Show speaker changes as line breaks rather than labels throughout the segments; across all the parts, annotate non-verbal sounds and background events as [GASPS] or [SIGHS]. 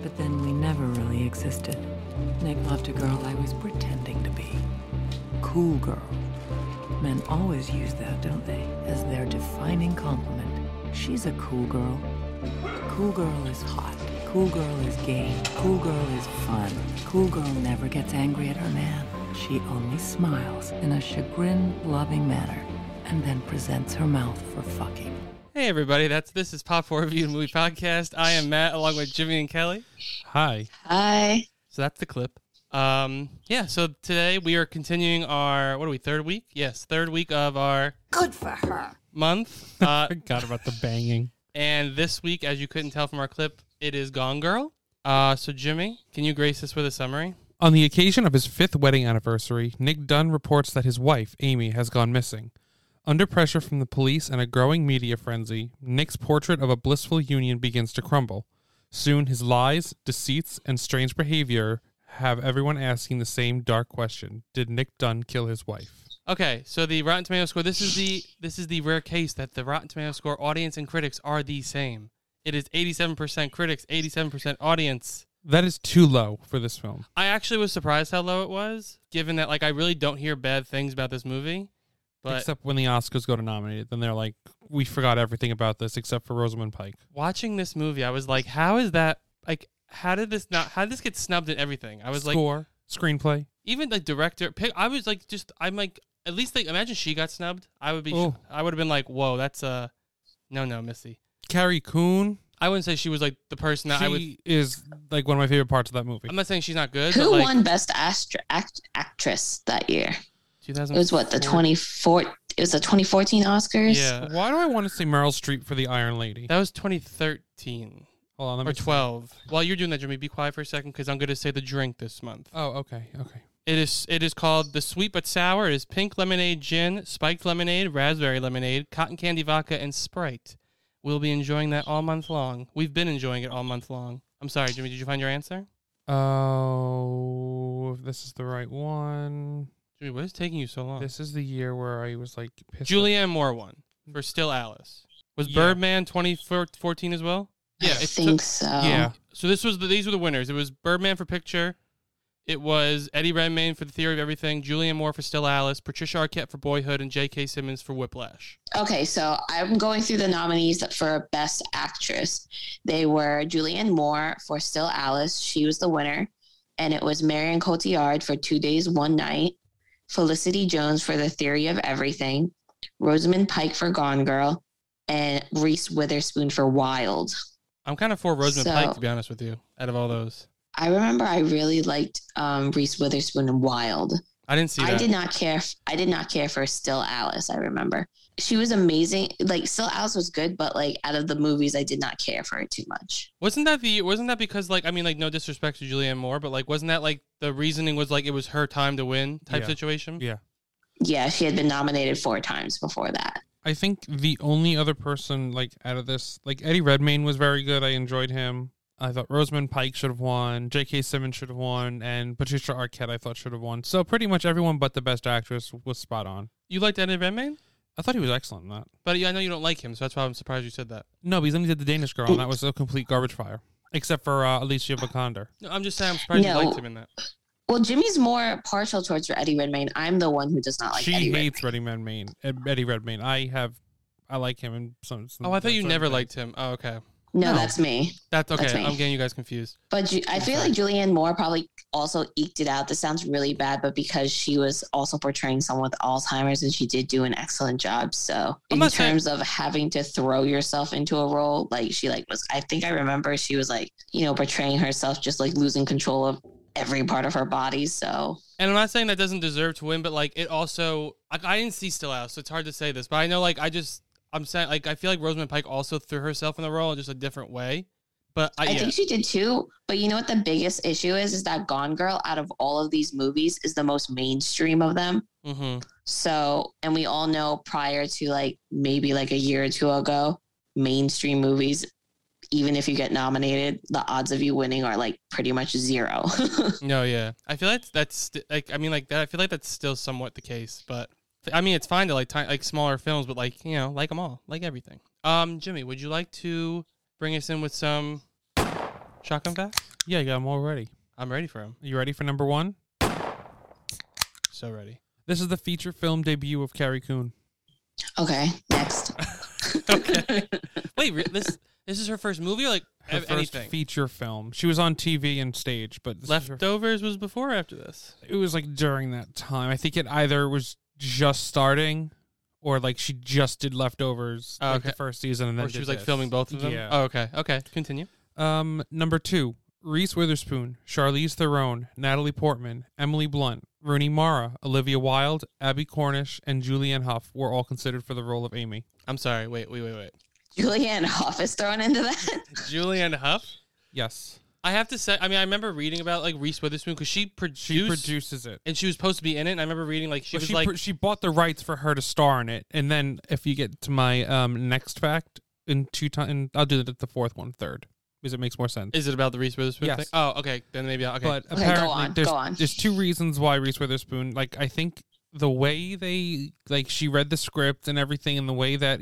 but then we never really existed. Nick loved a girl I was pretending to be. Cool girl. Men always use that, don't they? As their defining compliment. She's a cool girl. Cool girl is hot. Cool girl is gay. Cool girl is fun. Cool girl never gets angry at her man. She only smiles in a chagrin loving manner and then presents her mouth for fucking.
Hey everybody, that's this is Pop Four Review and Movie Podcast. I am Matt along with Jimmy and Kelly.
[LAUGHS] Hi.
Hi.
So that's the clip. Um yeah, so today we are continuing our what are we, third week? Yes, third week of our
Good for her.
month.
[LAUGHS]
Uh
Forgot about the banging.
and this week, as you couldn't tell from our clip, it is Gone Girl. Uh so Jimmy, can you grace us with a summary?
On the occasion of his fifth wedding anniversary, Nick Dunn reports that his wife, Amy, has gone missing. Under pressure from the police and a growing media frenzy, Nick's portrait of a blissful union begins to crumble. Soon, his lies, deceits, and strange behavior have everyone asking the same dark question Did Nick Dunn kill his wife?
Okay, so the Rotten Tomato score, this is the this is the rare case that the Rotten Tomato score audience and critics are the same. It is 87% critics, 87% audience.
That is too low for this film.
I actually was surprised how low it was, given that like I really don't hear bad things about this movie. But
except when the Oscars go to nominate it, then they're like, we forgot everything about this except for Rosamund Pike.
watching this movie, I was like, how is that like how did this not how did this get snubbed at everything? I was like
Score, screenplay.
even like director pick I was like just I'm like at least like imagine she got snubbed. I would be
Oh.
I would have been like, "Whoa, that's uh no, no, Missy."
Carrie Coon.
I wouldn't say she was like the person that
she
I would
is like one of my favorite parts of that movie.
I'm not saying she's not good,
Who
but like
won Best Astro- Act- Actress that year? It
2004
was what the 24. It was the 2014 Oscars.
Yeah.
Why do I want to say Meryl Streep for the Iron Lady?
That was 2013
Hold on, let
or
me.
12. While you're doing that, Jimmy, be quiet for a second cuz I'm going to say the drink this month.
oh, okay, okay.
It is it is called the sweet but sour. It is pink lemonade gin, spiked lemonade, raspberry lemonade, cotton candy vodka, and Sprite. We'll be enjoying that all month long. We've been enjoying it all month long. I'm sorry, Jimmy. Did you find your answer?
Oh, if this is the right one.
Jimmy, what is taking you so long?
This is the year where I was like pissed.
Julianne Moore won for Still Alice. Was
Yeah.
Birdman 2014 as well? Yeah,
I
it
think
took-
so.
Yeah.
So this was the, these were the winners. It was Birdman for picture. It was Eddie Redmayne for The Theory of Everything, Julianne Moore for Still Alice, Patricia Arquette for Boyhood, and J.K. Simmons for Whiplash.
Okay, so I'm going through the nominees for Best Actress. They were Julianne Moore for Still Alice. She was the winner. And it was Marion Cotillard for Two Days, One Night. Felicity Jones for The Theory of Everything. Rosamund Pike for Gone Girl. And Reese Witherspoon for Wild.
I'm kind of for Rosamund
So-
Pike to be honest with you. Out of all those,
I remember I really liked um, Reese Witherspoon in Wild.
I didn't see that.
I did not care. f- I did not care for Still Alice. I remember she was amazing. Like Still Alice was good, but like out of the movies, I did not care for it too much.
Wasn't that the? Wasn't that because like I mean like no disrespect to Julianne Moore, but like wasn't that like the reasoning was like it was her time to win type
Yeah.
situation?
Yeah.
Yeah, she had been nominated four times before that.
I think the only other person like out of this, like Eddie Redmayne was very good. I enjoyed him. I thought Rosamund Pike should have won, J.K. Simmons should have won, and Patricia Arquette I thought should have won. So pretty much everyone but the best actress was spot on.
You liked Eddie Redmayne,
I thought he was excellent in that.
but yeah, I know you don't like him, so that's why I'm surprised you said that.
No, because then he did the Danish Girl, and that was a complete garbage fire. Except for uh, Alicia Vikander.
No, I'm just saying I'm surprised
No.
you liked him in that. Oh,
Well, Jimmy's more partial towards Eddie Redmayne. I'm the one who does not like
she
Eddie Redmayne.
hates Eddie Redmayne. Ed- Eddie Redmayne. I have, I like him. And some, some.
Oh, I thought you
certain
never
things.
liked him. Oh, okay.
No,
No.
that's me.
That's okay.
That's me.
I'm getting you guys confused.
But Ju- I feel like Julianne Moore probably also eked it out. This sounds really bad, but because she was also portraying someone with Alzheimer's and she did do an excellent job. So
I'm
in
not saying-
terms of having to throw yourself into a role, like she like was I think I remember she was like, you know, portraying herself just like losing control of every part of her body. So
And I'm not saying that doesn't deserve to win, but like it also, like I didn't see Still Alice, so it's hard to say this. But I know, like I just, I'm saying, like I feel like Rosamund Pike also threw herself in the role in just a different way. But I,
I
Uh, yeah,
think she did too. But you know what the biggest issue is? Is that Gone Girl, out of all of these movies, is the most mainstream of them.
hmm
So, and we all know prior to like maybe like a year or two ago, mainstream movies, even if you get nominated, the odds of you winning are like pretty much zero. [LAUGHS]
no, yeah. I feel like that's st- like I mean like that. I feel like that's still somewhat the case, but I mean it's fine to like ti- like smaller films, but like you know like them all, like everything. Um, Jimmy, would you like to bring us in with some shotgun facts?
Yeah, you got them all ready.
I'm ready for him.
You ready for number one?
So ready. [LAUGHS]
This is the feature film debut of Carrie Coon.
okay, next.
okay. Wait, re- this this is her first movie or like
Her
ev-
first
anything?
feature film. She was on TV and stage, but this was her-
Leftovers was before or after this.
it was like during that time. I think it either was just starting, or like she just did leftovers
Oh,
like
okay.
the first season, and then
Or she
did
was like
this.
filming both of them.
Yeah.
Oh, okay. Okay. Continue.
Um, number two, Reese Witherspoon, Charlize Theron, Natalie Portman, Emily Blunt, Rooney Mara, Olivia Wilde, Abby Cornish, and Julianne Hough were all considered for the role of Amy.
I'm sorry. Wait, wait, wait, wait.
[LAUGHS]
Julianne Hoff is thrown into that.
Julianne Hough.
Yes,
I have to say, I mean, I remember reading about like Reese Witherspoon because she produced,
she produces it.
and she was supposed to be in it. And I remember reading like she
But
was
she
like,
pr- she bought the rights for her to star in it, and then if you get to my um next fact in two time, I'll do the, the fourth one third because it makes more sense.
is it about the Reese Witherspoon
Yes.
thing? Oh, okay. Then maybe I'll, okay.
But
Okay, go
apparently,
on,
there's
go on.
there's two reasons why Reese Witherspoon. Like, I think the way they like she read the script and everything, and the way that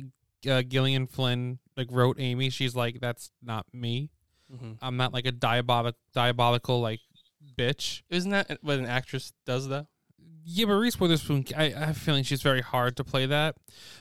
uh, Gillian Flynn like wrote Amy, she's like, "That's not me.
Mhm.
I'm not like a diabolic, diabolical like bitch."
isn't that what an actress does though?
Yeah, but Reese Witherspoon, I, I have a feeling she's very hard to play that.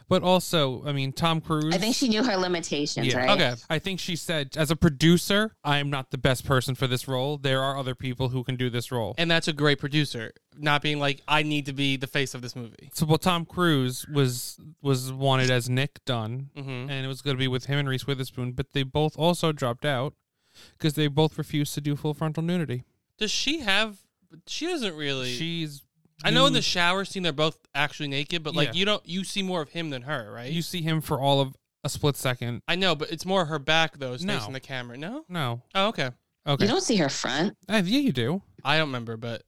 But also, I mean, Tom Cruise.
I think she knew her limitations,
Yeah.
right?
Okay.
I think she said, as a producer, I am not the best person for this role. There are other people who can do this role.
And that's a great producer not being like, I need to be the face of this movie.
So well, Tom Cruise was was wanted as Nick Dunn,
Mm-hmm.
and it was going to be with him and Reese Witherspoon, but they both also dropped out because they both refused to do full frontal nudity.
Does she have? She doesn't really.
She's
I know in the
you-
shower scene they're both actually naked, but
Yeah.
like you don't you see more of him than her, right?
you see him for all of a split second.
I know, but it's more her back though is
No.
facing the camera. No.
No,
Oh, okay.
okay,
You don't see her front.
Uh, yeah, you do.
I don't remember, but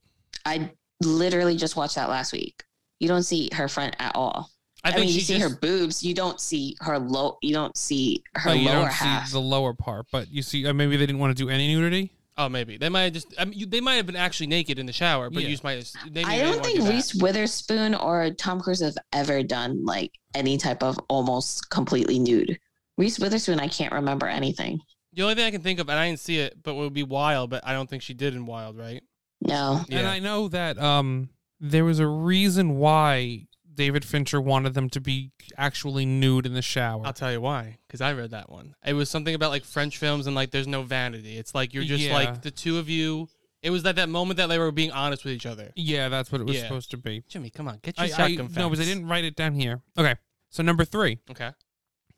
I literally just watched that last week. You don't see her front at all.
I
I,
think
mean, you
she
see
just,
her boobs. You don't see her low. You don't see her
But Oh, you
lower
don't
half.
see the lower part, but you see uh, maybe they didn't want to do any nudity.
Oh, maybe they might have just. I mean, you, they might have been actually naked in the shower, but
Yeah.
you just might. have- They maybe
I
didn't
don't
wanna
think
do that.
Reese Witherspoon or Tom Cruise have ever done like any type of almost completely nude. Reese Witherspoon, I can't remember anything.
The only thing I can think of, and I didn't see it, but would be Wild. But I don't think she did in Wild, right?
No.
And I know that um, there was a reason why David Fincher wanted them to be actually nude in the shower.
I'll tell you why, because I read that one. It was something about like French films and like there's no vanity. It's like you're just
Yeah.
like the two of you. It was that that moment that they were being honest with each other.
yeah, that's what it was
Yeah.
supposed to be.
Jimmy, come on, get your
I,
shotgun
I,
facts.
no, because I didn't write it down here. Okay, so number three,
Okay.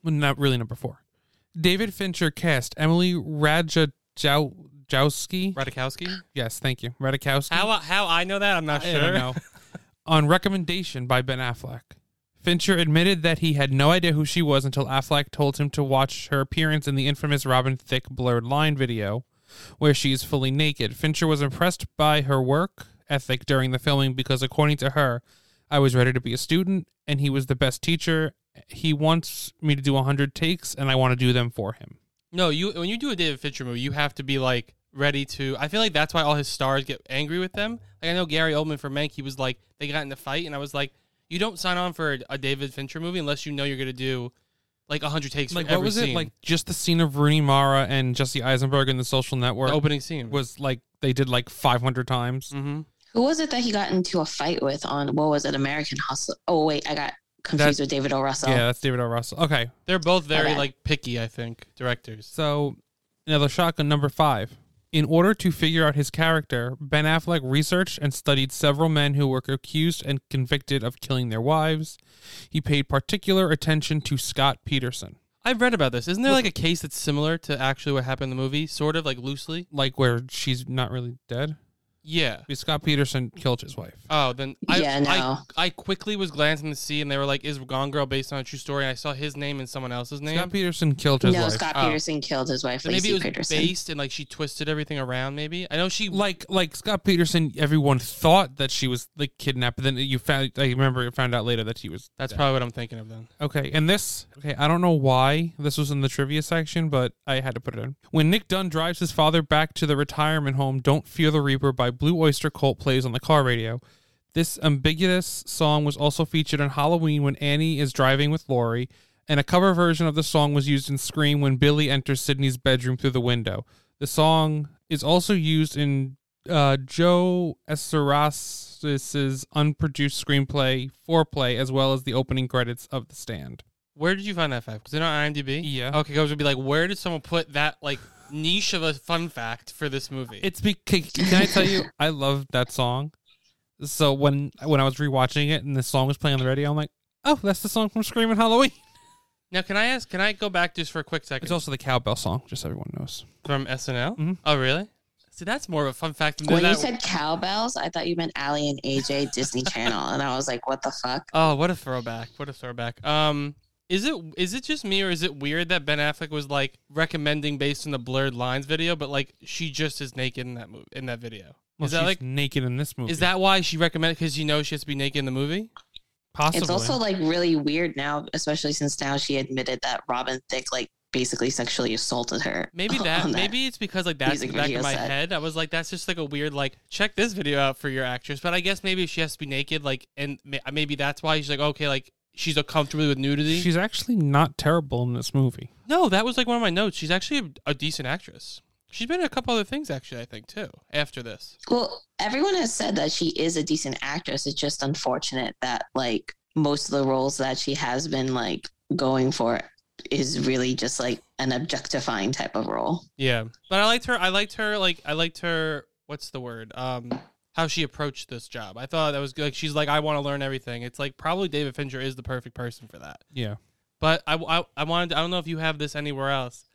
well, not really number four. David Fincher cast Emily Radzijowski.
Radikowski.
Yes, thank you, Radikowski.
How I- how I know that I'm not
I
sure.
don't know. On recommendation by Ben Affleck, Fincher admitted that he had no idea who she was until Affleck told him to watch her appearance in the infamous Robin Thicke blurred line video, where she is fully naked. Fincher was impressed by her work ethic during the filming because, according to her, I was ready to be a student, and he was the best teacher. He wants me to do 100 takes, and I want to do them for him.
No, you when you do a David Fincher movie, you have to be like ready to. I feel like that's why all his stars get angry with them. Like I know Gary Oldman for Mank, he was like they got in a fight, and I was like, you don't sign on for a David Fincher movie unless you know you're gonna do like hundred takes.
Like,
for every
what was
scene.
it? Like, just the scene of Rooney Mara and Jesse Eisenberg in the social
the
network
opening scene.
was like they did like 500 times.
Mm.
hmm
Who was it that he got into a fight with on what was it, American Hustle? Oh wait, I got confused with David O. Russell.
Yeah, that's David O. Russell. Okay,
They're both very
Okay.
like picky, I think, directors.
so another shotgun number five. In order to figure out his character, Ben Affleck researched and studied several men who were accused and convicted of killing their wives. He paid particular attention to Scott Peterson,
I've read about this. Isn't there like a case that's similar to actually what happened in the movie, sort of like loosely?
like where she's not really dead.
Yeah.
Because Scott Peterson killed his wife.
Oh, then I,
Yeah, no.
I I quickly was glancing to see, and they were like, "Is Gone Girl based on a true story?" And I saw his name and someone else's name.
Scott Peterson killed his
No,
wife.
Scott
Oh.
Peterson killed his wife,
so
Lacey
maybe it was
Peterson.
based, and like she twisted everything around. Maybe I know she.
like like Scott Peterson, everyone thought that she was like kidnapped, but then you found I remember you found out later that she was
That's
dead.
probably what I'm thinking of then.
Okay, and this, okay, I don't know why this was in the trivia section, but I had to put it in. When Nick Dunn drives his father back to the retirement home, Don't Fear the Reaper by Blue Oyster Cult plays on the car radio. This ambiguous song was also featured on Halloween when Annie is driving with Laurie, and a cover version of the song was used in Scream when Billy enters Sydney's bedroom through the window. The song is also used in uh, Joe Esaras' unproduced screenplay, Foreplay, as well as the opening credits of The Stand.
Where did you find that fact? Because they're not IMDb.
Yeah.
Okay, I was gonna be like, where did someone put that like niche of a fun fact for this movie?
It's because can I tell you, [LAUGHS] I love that song. So when when I was rewatching it and the song was playing on the radio, I'm like, oh, that's the song from Scream and Halloween.
now, can I ask? Can I go back just for a quick second
It's also the cowbell song, just so everyone knows.
from SNL?
Mhm.
Oh, really? See, that's more of a fun fact than
when you
that.
said cowbells, I thought you meant Allie and AJ Disney Channel, and I was like, "What the fuck?"
Oh, what a throwback! What a throwback. Um, is it is it just me or is it weird that Ben Affleck was like recommending based on the blurred lines video, but like she just is naked in that movie in that video?
Well,
is that
she's
like
naked in this movie?
is that why she recommended because you know she has to be naked in the movie?
possibly?
It's also like really weird now, especially since now she admitted that Robin Thicke like basically sexually assaulted her. [LAUGHS]
[LAUGHS]
Maybe
on
that, maybe it's because like that's in
music
the back of
video
my
set.
head. I was like, that's just like a weird like check this video out for your actress. But I guess maybe if she has to be naked, like, and ma- maybe that's why she's like, okay, like she's uh, comfortable with nudity.
she's actually not terrible in this movie.
No, that was like one of my notes. She's actually a, a decent actress. She's been in a couple other things actually, I think too. After this,
Well, everyone has said that she is a decent actress. It's just unfortunate that like most of the roles that she has been like going for is really just like an objectifying type of role.
yeah. But I liked her. I liked her. Like I liked her. What's the word? Um, how she approached this job. I thought that was good. Like, she's like, I want to learn everything. It's like probably David Fincher is the perfect person for that.
Yeah.
But I, I, I wanted. I don't know if you have this anywhere else.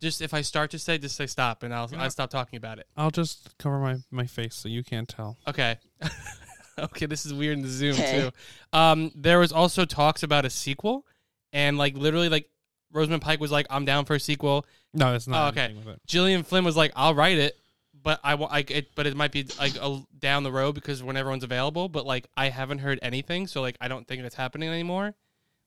Just if I start to say, just say stop, and I'll I stop talking about it.
I'll just cover my, my face so you can't tell.
Okay. [LAUGHS] okay, this is weird in the Zoom
Okay.
too. Um, there was also talks about a sequel, and like literally, like Rosamund Pike was like, "I'm down for a sequel."
No, it's not.
Oh, okay.
anything with it.
Gillian Flynn was like, "I'll write it, but I, wa- I it, but it might be like a, down the road because when everyone's available." But like, I haven't heard anything, so like, I don't think it's happening anymore.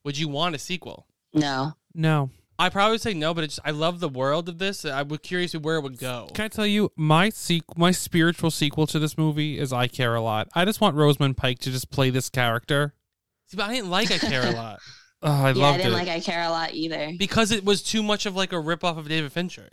Would you want a sequel?
No.
No.
I probably would say no, but it's I love the world of this. I was curious where it would go.
Can I tell you my sequ- my spiritual sequel to this movie is I Care a Lot. I just want Rosamund Pike to just play this character.
See, but I didn't like I Care a lot
Oh, I
yeah, I
loved
didn't
it.
like I care a lot either.
because it was too much of like a ripoff of David Fincher.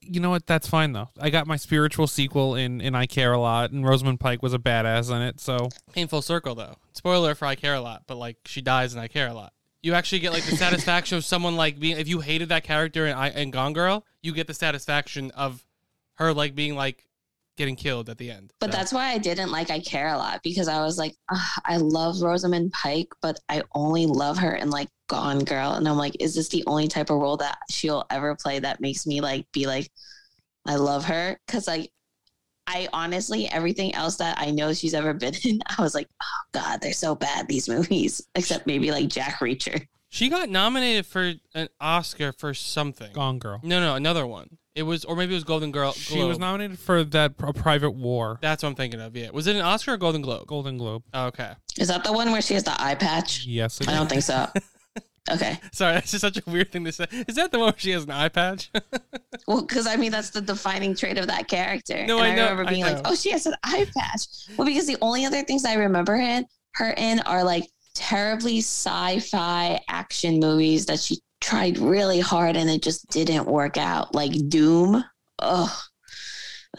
you know what? That's fine though. I got my spiritual sequel in in I Care a Lot, and Rosamund Pike was a badass in it. So
Came full circle though. Spoiler for I care a lot, but like she dies and I care a lot. You actually get like
[LAUGHS]
the satisfaction of someone like being if you hated that character in I in Gone Girl, you get the satisfaction of her like being like getting killed at the end.
But
So-
that's why I didn't like I Care a lot because I was like, "Ugh, I love Rosamund Pike, but I only love her in like Gone Girl. And I'm like, is this the only type of role that she'll ever play that makes me like be like, I love her? Cause like, I honestly, everything else that I know she's ever been [LAUGHS] in, I was like, oh God, they're so bad, these movies, except maybe like Jack Reacher.
she got nominated for an Oscar for something.
Gone Girl.
No, no, another one. It was or maybe it was Golden Girl.
She was
Globe.
nominated for that pr- Private War
That's what I'm thinking of. Yeah, was it an Oscar or Golden Globe? Oh,
Golden Globe.
Okay,
Is that the one where she has the eye patch?
Yes, it
I
is.
don't think so. Okay.
sorry, [LAUGHS] that's just such a weird thing to say. Is that the one where she has an eye patch? [LAUGHS]
Well, because I mean that's the defining trait of that character.
No,
and
I
I,
know, I
remember being like,
know.
"Oh, she has an eye patch." Well, because the only other things I remember in her in are like terribly sci-fi action movies that she tried really hard and it just didn't work out. Like Doom. Ugh,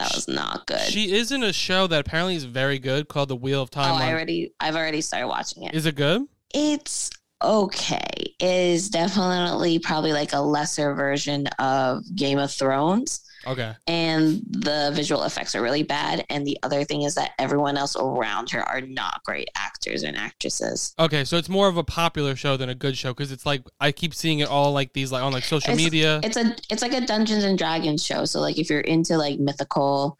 that was not good.
she is in a show that apparently is very good called The Wheel of
oh,
Time.
I
on-
already, I've already started watching it.
is it good?
It's okay. It is definitely probably like a lesser version of Game of Thrones.
Okay.
and the visual effects are really bad. And the other thing is that everyone else around her are not great actors and actresses.
Okay, so it's more of a popular show than a good show because it's like I keep seeing it all like these like on like social
It's-
media.
It's a it's like a Dungeons and Dragons show. So like if you're into like mythical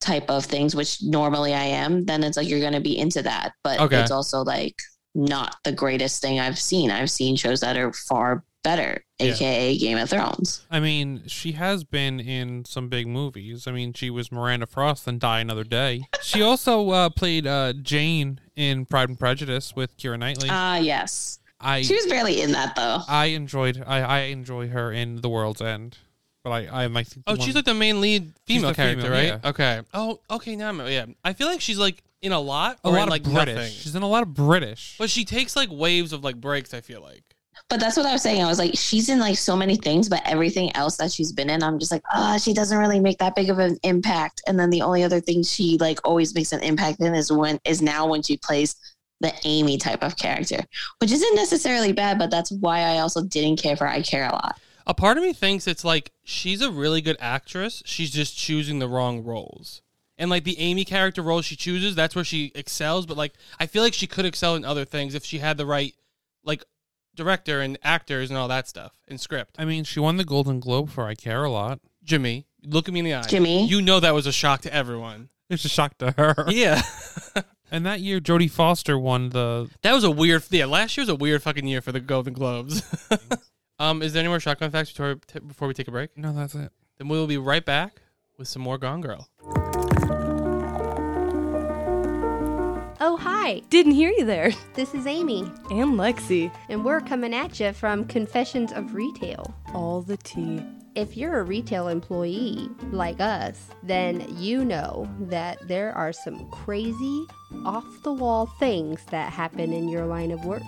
type of things, which normally I am, then it's like you're going to be into that. But
Okay.
it's also like not the greatest thing I've seen. I've seen shows that are far better,
Yeah.
aka Game of Thrones.
I mean, she has been in some big movies. I mean, she was Miranda Frost in Die Another Day. She also uh, played uh, Jane in Pride and Prejudice with Kira Knightley.
Ah, yes.
I
She was barely in that though.
I enjoyed I, I enjoy her in The World's End, but I I might think the
Oh,
one-
she's like the main lead female
the
character,
female,
right? Okay. Oh, okay. Now I'm yeah. I feel like she's like in a lot,
a
or
lot
in,
of
like
British.
nothing.
She's in a lot of British.
But she takes like waves of like breaks. I feel like.
But that's what I was saying. I was like, she's in like so many things, but everything else that she's been in, I'm just like, ah, she doesn't really make that big of an impact. And then the only other thing she like always makes an impact in is when is now when she plays the Amy type of character, which isn't necessarily bad, but that's why I also didn't care for I Care a lot.
A part of me thinks it's like she's a really good actress. She's just choosing the wrong roles. And like the Amy character role she chooses, that's where she excels. But like, I feel like she could excel in other things if she had the right, like, director and actors and all that stuff and script.
I mean, she won the Golden Globe for I Care a Lot.
Jimmy, look at me in the eye.
Jimmy?
you know that was a shock to everyone.
It's a shock to her.
Yeah,
And that year, Jodie Foster won the
[LAUGHS] that was a weird. Yeah, last year was a weird fucking year for the Golden Globes. [LAUGHS] um, is there any more shotgun facts before before we take a break?
No, that's it.
Then we will be right back with some more Gone Girl.
Oh, hi.
Didn't hear you there.
This is Amy,
And Lexi.
and we're coming at you from Confessions of Retail.
All the tea.
If you're a retail employee like us, then you know that there are some crazy, off the wall things that happen in your line of work.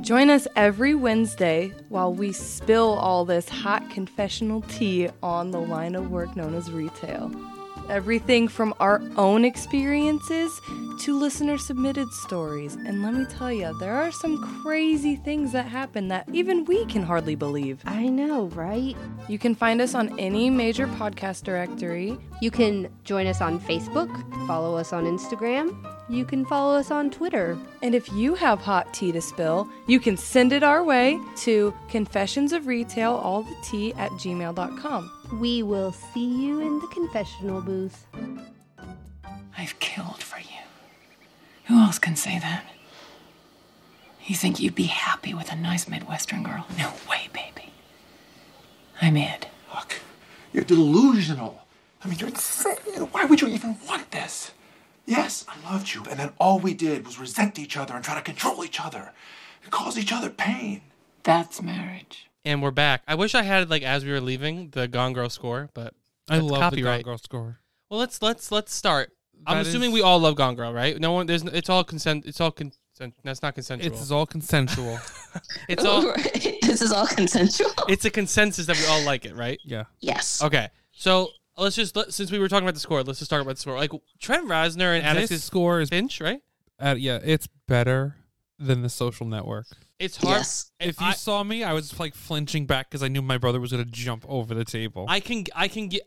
Join us every Wednesday while we spill all this hot confessional tea on the line of work known as retail. Everything from our own experiences to listener submitted stories. And let me tell you, there are some crazy things that happen that even we can hardly believe.
I know, right?
You can find us on any major podcast directory.
You can join us on Facebook, follow us on Instagram, you can follow us on Twitter.
And if you have hot tea to spill, you can send it our way to confessionsofretailallthetea at gmail.com.
We will see you in the confessional booth.
I've killed for you. Who else can say that? You think you'd be happy with a nice Midwestern girl? No way, baby. I'm it.
Look, you're delusional. I mean, you're insane. Why would you even want this? Yes, I loved you, and then all we did was resent each other and try to control each other and cause each other pain.
That's marriage.
And we're back. I wish I had like as we were leaving the Gone Girl score, but
I
that's
love
copyright.
the Gone Girl score.
Well, let's let's let's start. I'm
That
assuming
is-
we all love Gone Girl, right? No one. There's. n- It's all consent. It's all consent. That's not consensual.
It's all consensual.
it's all.
[LAUGHS] this is all consensual.
It's a consensus that we all like it, right?
[LAUGHS] yeah.
yes.
Okay. So let's just let, since we were talking about the score, let's just talk about the score. Like Trent Reznor and
This
Atticus
score is
Finch, right?
uh, yeah, it's better than the social network.
It's hard.
Yes.
If you
I-
saw me, I was like flinching back because I knew my brother was gonna jump over the table.
I can I can get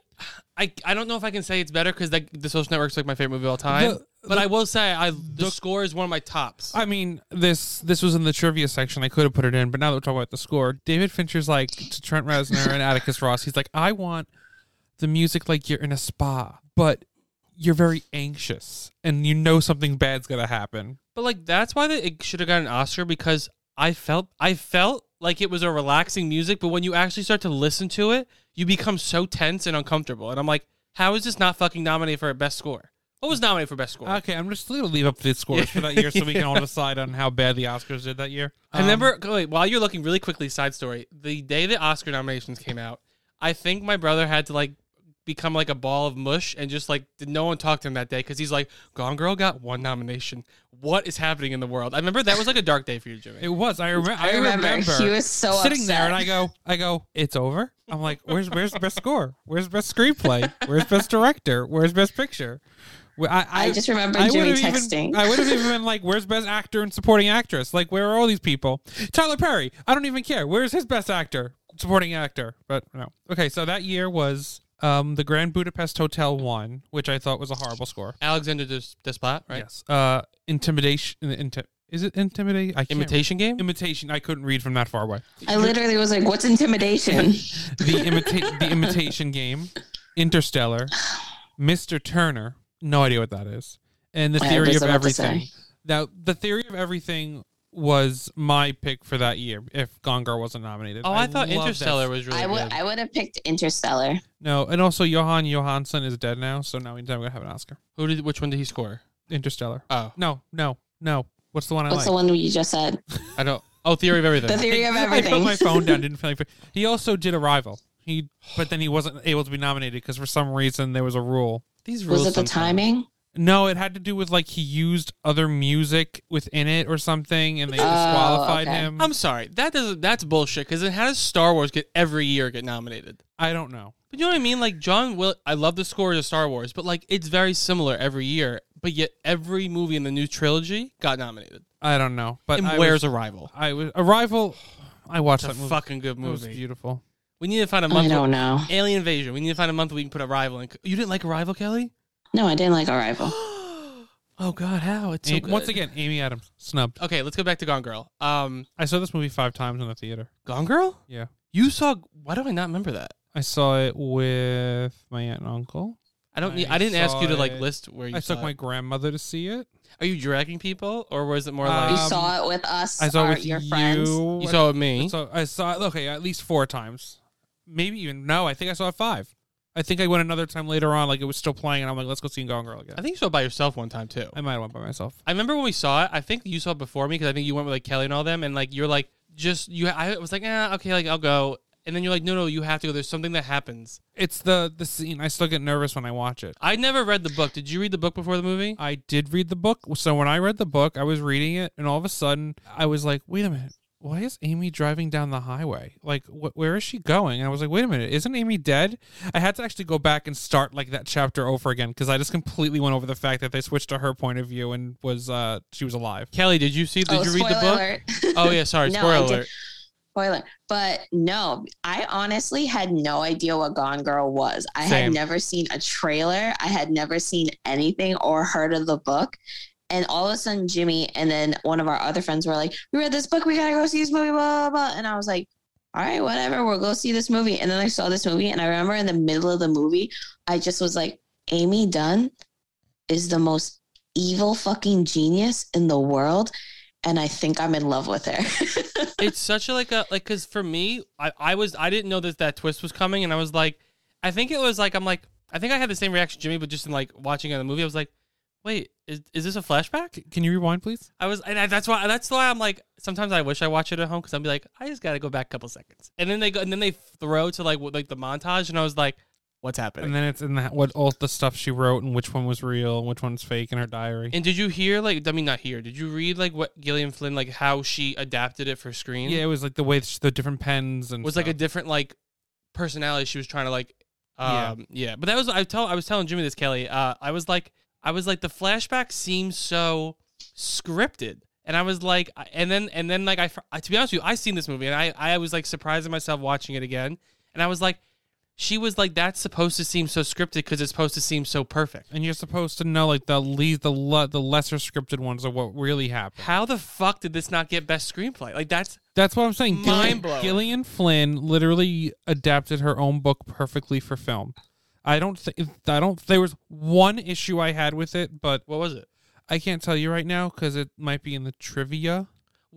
I, I don't know if I can say it's better because like the Social Network's like my favorite movie of all time.
The-
but
the-
I will say I the, score is one of my tops.
I mean, this this was in the trivia section. I could have put it in, but now that we're talking about the score, David Fincher's like to Trent Reznor and Atticus Ross. He's like, I want the music like you're in a spa, but you're very anxious and you know something bad's gonna happen.
but like that's why they, it should have gotten an Oscar because I felt I felt like it was a relaxing music, but when you actually start to listen to it, you become so tense and uncomfortable. And I'm like, how is this not fucking nominated for a best score? What was nominated for best score?
Okay, I'm just gonna leave up the scores for that year so we can
[LAUGHS]
all decide on how bad the Oscars did that year.
I remember
um,
wait, while you're looking really quickly, side story. The day the Oscar nominations came out, I think my brother had to like become like a ball of mush and just like did- no one talked to him that day because he's like, Gone Girl got one nomination. What is happening in the world? I remember that was like a dark day for you, Jimmy.
It was. I, rem- I,
remember.
remember.
He was so
sitting there,
upset.
and I go, I go, it's over. I'm like, where's where's the best score? Where's best screenplay? Where's best director? Where's best picture? Wh- I,
I just remember
I
Jimmy
would've even-
texting.
I would have even
[LAUGHS]
been like, "Where's best actor and supporting actress? Like, where are all these people? Tyler Perry. I don't even care. Where's his best actor, supporting actor? But no. Okay, so that year was um, the Grand Budapest Hotel one, which I thought was a horrible score.
Alexander Des- Desplat, right?
Yes. Uh, intimidation. Inti- is it intimidate? I can't
Imitation game?
imitation. I couldn't read from that far away.
I literally was like, what's intimidation?
[LAUGHS] The imita- the imitation game, Interstellar, Mr. Turner, No idea what that is. And the
I
theory
was
of
about to
everything.
say.
Now, the theory of everything was my pick for that year. If Gone Girl wasn't nominated,
Oh, I, thought
love that
Interstellar was really
I would
good.
I would have picked Interstellar.
No, and also Johan Johansson is dead now, so now we're gonna have an Oscar.
Who did? Which one did he score?
Interstellar.
Oh,
No, no, no. What's the one I
What's
like?
the one you just said?
I don't. Oh, Theory of Everything.
The theory
[LAUGHS]
of
I put
everything.
my phone down. Didn't feel like
[LAUGHS]
he also did Arrival. He, but then he wasn't able to be nominated because for some reason there was a rule.
These rules.
Was it the
sometimes.
timing?
No, it had to do with like he used other music within it or something, and they
Oh,
disqualified
okay.
him.
I'm sorry. That doesn't. That's bullshit. Because then how does Star Wars get every year get nominated?
I don't know.
But you know what I mean? Like John Will. I love the scores of Star Wars, but like it's very similar every year. But yet every movie in the new trilogy got nominated.
I don't know. But
and
I
where's
was,
Arrival?
I was Arrival. I watched
It's a
that movie.
fucking good
It was
movie.
beautiful.
We need to find a month.
I don't know.
Alien Invasion. We need to find a month we can put Arrival in. You didn't like Arrival, Kelly?
No, I didn't like Arrival.
Oh God, how it's so
A-
good.
Once again, Amy Adams snubbed.
Okay, let's go back to Gone Girl. Um,
I saw this movie five times in the theater.
Gone Girl.
Yeah,
You saw. Why do I not remember that?
I saw it with my aunt and uncle.
I don't.
I
need, I didn't ask
saw
you to like
it-
list where you.
I
saw
took my
it.
grandmother to see it.
Are you dragging people, or was it more
Uh,
you
like
Um,
saw it with us,
I saw it
our-
with
your
you.
friends.
you saw it with me?
So I saw it. Okay, at least four times, maybe even no. I think I saw it five. I think I went another time later on, like it was still playing, and I'm like, let's go see Gone Girl again.
I think you saw it by yourself one time too.
I might have went by myself.
I remember when we saw it. I think you saw it before me because I think you went with like Kelly and all them, and like you're like just you. I was like, eh, okay, like I'll go, and then you're like, no, no, you have to go. There's something that happens.
It's the the scene. I still get nervous when I watch it.
I never read the book. Did you read the book before the movie?
I did read the book. So when I read the book, I was reading it, and all of a sudden, I was like, wait a minute. Why is Amy driving down the highway? Like, wh- where is she going? And I was like, wait a minute, isn't Amy dead? I had to actually go back and start like that chapter over again because I just completely went over the fact that they switched to her point of view and was uh she was alive.
Kelly, did you see? Did
oh,
you read the
spoiler
book?
alert.
Oh yeah, sorry.
[LAUGHS] No,
spoiler
I did-
alert.
Spoiler. But no, I honestly had no idea what Gone Girl was. I
Same.
had never seen a trailer. I had never seen anything or heard of the book. And all of a sudden, Jimmy and then one of our other friends were like, We read this book. We got to go see this movie, blah, blah, blah. And I was like, All right, whatever. We'll go see this movie. And then I saw this movie. And I remember in the middle of the movie, I just was like, Amy Dunn is the most evil fucking genius in the world. And I think I'm in love with her. [LAUGHS]
it's such a like a like because for me I, I was i didn't know that that twist was coming and i was like i think it was like i'm like i think i had the same reaction jimmy but just in like watching it in the movie i was like wait is, is this a flashback
Can you rewind, please?
i was and I, that's why that's why i'm like sometimes i wish i watch it at home because i'd be like i just gotta go back a couple seconds and then they go and then they throw to like what like the montage and i was like what's happening
And then it's in that what all the stuff she wrote and which one was real and which one's fake in her diary.
and did you hear like i mean not hear did you read like what gillian flynn like how she adapted it for screen
yeah, it was like the way sh- the different pens and
was like a
stuff.
different like personality she was trying to like
Yeah.
um yeah, but that was I tell I was telling Jimmy this Kelly uh I was like I was like the flashback seems so scripted and I was like I- and then and then like I fr- I- to be honest with you I seen this movie and I I was like surprising myself watching it again and I was like she was like that's supposed to seem so scripted cuz it's supposed to seem so perfect
and you're supposed to know like the le- the le- the lesser scripted ones are what really happened.
how the fuck did this not get best screenplay like that's
That's what I'm saying. Gillian,
Mind-blowing.
Gillian Flynn literally adapted her own book perfectly for film. I don't think I don't. There was one issue I had with it, but
what was it
I can't tell you right now because it might be in the trivia.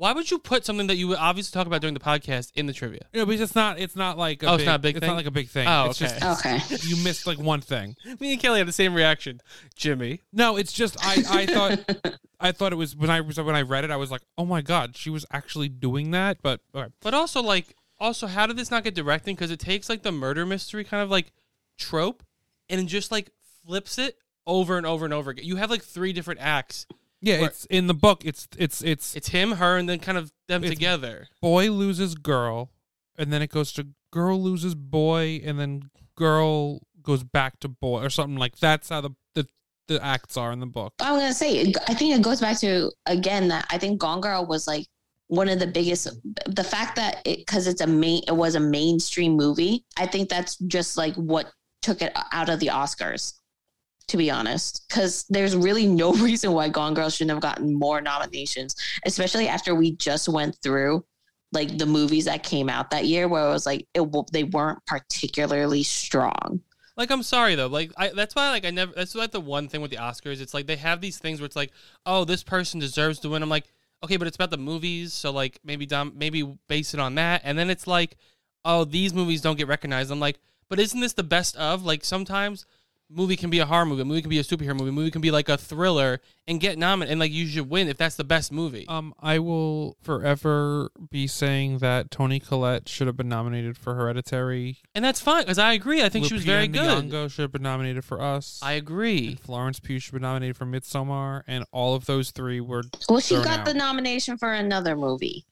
why would you put something that you would obviously talk about during the podcast in the trivia [LAUGHS]
No, because it's not. It's not like a
Oh,
big,
it's not a big
It's
thing?
not like a big thing.
Oh,
it's
okay.
just
okay.
you missed like one thing.
me and Kelly had the same reaction Jimmy
No, it's just I, I thought I thought it was when I when I read it I was like oh my god she was actually doing that but okay.
But also, like, also, how did this not get directing? Because it takes like the murder mystery kind of like trope, and just like flips it over and over and over again. You have like three different acts.
yeah
Right.
it's in the book it's it's it's
It's him, her, and then kind of them
It's-
together.
boy loses girl and then it goes to girl loses boy and then girl goes back to boy or something like that's how the the, the acts are in the book
I'm gonna say, it- I think it goes back to again that I think Gone Girl was like one of the biggest. The fact that it because it's a main, it was a mainstream movie. I think that's just like what took it out of the Oscars. To be honest, because there's really no [LAUGHS] reason why Gone Girl shouldn't have gotten more nominations, especially after we just went through like the movies that came out that year, where it was like it w- they weren't particularly strong.
Like I'm sorry though. Like I, that's why like I never. That's like the one thing with the Oscars. It's like they have these things where it's like, oh, this person deserves to win. I'm like, okay, but it's about the movies, so like maybe dom- maybe base it on that. And then it's like, oh, these movies don't get recognized. I'm like, but isn't this the best of? Like sometimes movie can be a horror movie, a movie can be a superhero movie, a movie can be like a thriller and get nominated, and like you should win if that's the best movie.
Um, I will forever be saying that Tony Collette should have been nominated for Hereditary.
and that's fine because I agree. I think she was very
Lupita
good.
Nyong'o should have been nominated for Us.
I agree.
Florence Pugh should have been nominated for Midsommar, and all of those three were.
Well, she
thrown
got
out.
the nomination for another movie,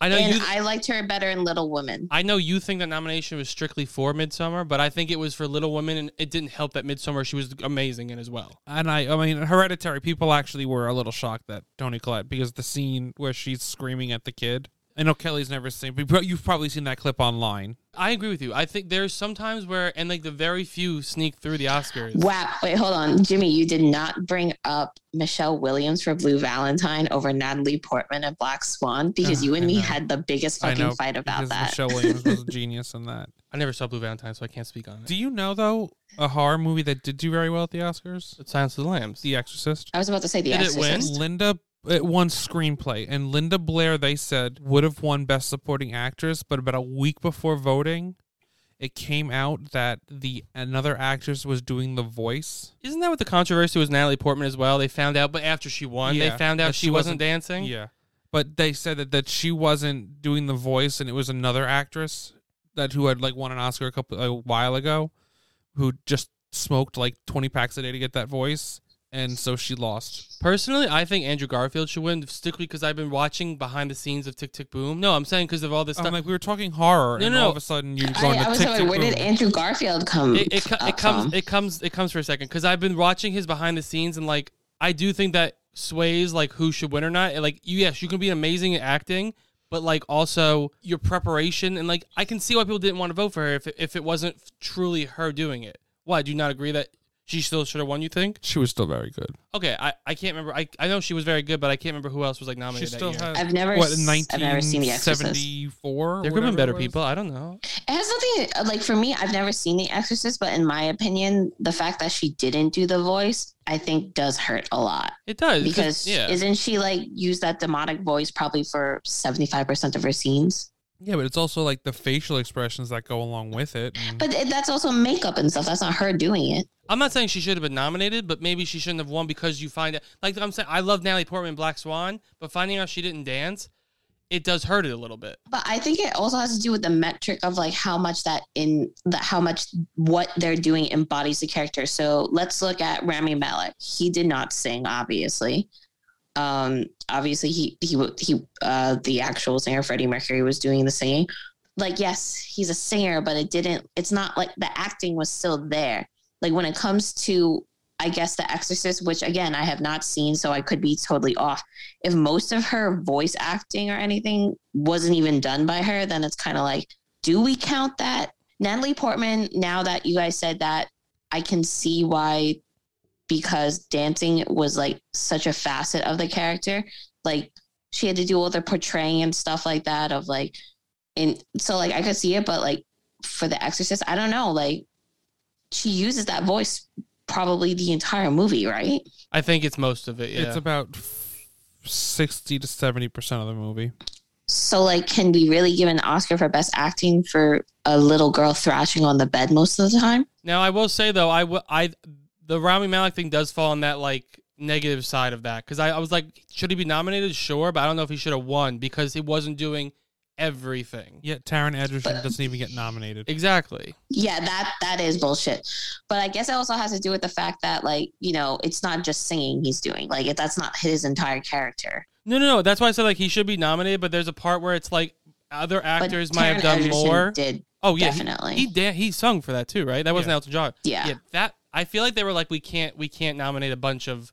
I know
and
you.
I liked her better in Little Women.
I know you think that nomination was strictly for Midsummer, but I think it was for Little Women, and it didn't help that Midsummer she was amazing in as well.
And I, I mean, Hereditary. People actually were a little shocked that Tony Collette because the scene where she's screaming at the kid. I know Kelly's never seen, but you've probably seen that clip online.
I agree with you. I think there's sometimes where, and like the very few sneak through the Oscars.
Wow. Wait, hold on. Jimmy, you did not bring up Michelle Williams for Blue Valentine over Natalie Portman and Black Swan because
Ugh,
you and
I
me
know.
had the biggest fucking
I know
fight about
because
that.
Michelle
[LAUGHS]
Williams was a genius in that.
I never saw Blue Valentine, so I can't speak on it.
Do you know though a horror movie that did do very well at the Oscars?
Silence of the Lambs.
The Exorcist.
I was about to say The
Did it win?
Exorcist.
Linda it won screenplay, and Linda Blair they said would have won Best Supporting Actress, but about a week before voting, it came out that the another actress was doing the voice.
Isn't that what the controversy was? Natalie Portman as well. They found out, but after she won,
Yeah,
they found out
that
she,
she
wasn't,
wasn't-
dancing.
Yeah, but they said that that she wasn't doing the voice, and it was another actress that who had like won an Oscar a couple a while ago, who just smoked like twenty packs a day to get that voice, and so she lost.
Personally, I think Andrew Garfield should win, strictly because I've been watching behind the scenes of Tick Tick Boom. No, I'm saying because of all this
I'm
stuff.
like we were talking horror,
No,
and
no,
all
no.
of a sudden you're
I,
going
I
to
was
tick,
like,
tick,
where
boom.
did Andrew Garfield come?
it, it, co- it
up
comes
from?
it comes it comes for a second because I've been watching his behind the scenes and like I do think that sways like who should win or not. And, Like you- yes, you can be amazing at acting, but like also your preparation and like I can see why people didn't want to vote for her if it, if it wasn't truly her doing it. Why do you not agree that she still should have won? You think?
She was still very good.
Okay, I, I can't remember. I, I know she was very good, but I can't remember who else was like nominated.
She still
that year.
has.
I've never
what
s- I've never seen The Exorcist.
1974.
There could have been better people. I don't know.
It has nothing like for me. I've never seen The Exorcist, but in my opinion, the fact that she didn't do the voice, I think, does hurt a lot
It does
because
yeah,
isn't she like use that demonic voice probably for seventy five percent of her scenes?
Yeah, but it's also like the facial expressions that go along with it. and-
But it- that's also makeup and stuff. That's not her doing it.
I'm not saying she should have been nominated, but maybe she shouldn't have won because you find out. Like I'm saying, I love Natalie Portman, in Black Swan, but finding out she didn't dance, it does hurt it a little bit.
But I think it also has to do with the metric of like how much that in that how much what they're doing embodies the character. So let's look at Rami Malek. He did not sing, obviously. Um, obviously he he w- he uh, the actual singer Freddie Mercury was doing the singing. Like yes, he's a singer, but it didn't. It's not like the acting was still there. Like when it comes to I guess The Exorcist, which again I have not seen, so I could be totally off if most of her voice acting or anything wasn't even done by her, then it's kind of like, do we count that? Natalie Portman, now that you guys said that, I can see why, because dancing was like such a facet of the character. Like, she had to do all the portraying and stuff like that, of like, and so, like, I could see it, but like, for The Exorcist, I don't know. Like, she uses that voice probably the entire movie, right?
I think it's most of it. Yeah.
It's about f- 60 to 70% of the movie.
So, like, can we really give an Oscar for best acting for a little girl thrashing on the bed most of the time?
now I will say though, I w- I the Rami Malek thing does fall on that like negative side of that because I, I was like, should he be nominated? Sure, but I don't know if he should have won because he wasn't doing everything.
Yet Taron Egerton doesn't even get nominated.
Exactly.
Yeah, that that is bullshit. But I guess it also has to do with the fact that, like, you know, it's not just singing he's doing. Like, it, that's not his entire character.
No, no, no. That's why I said like he should be nominated, but there's a part where it's like other actors
but
might have
Taron
done
Egerton
more.
Did
Oh yeah, he-
definitely.
He da- he sung for that too, right? That wasn't
Yeah.
Elton John.
Yeah.
that I feel like they were like we can't we can't nominate a bunch of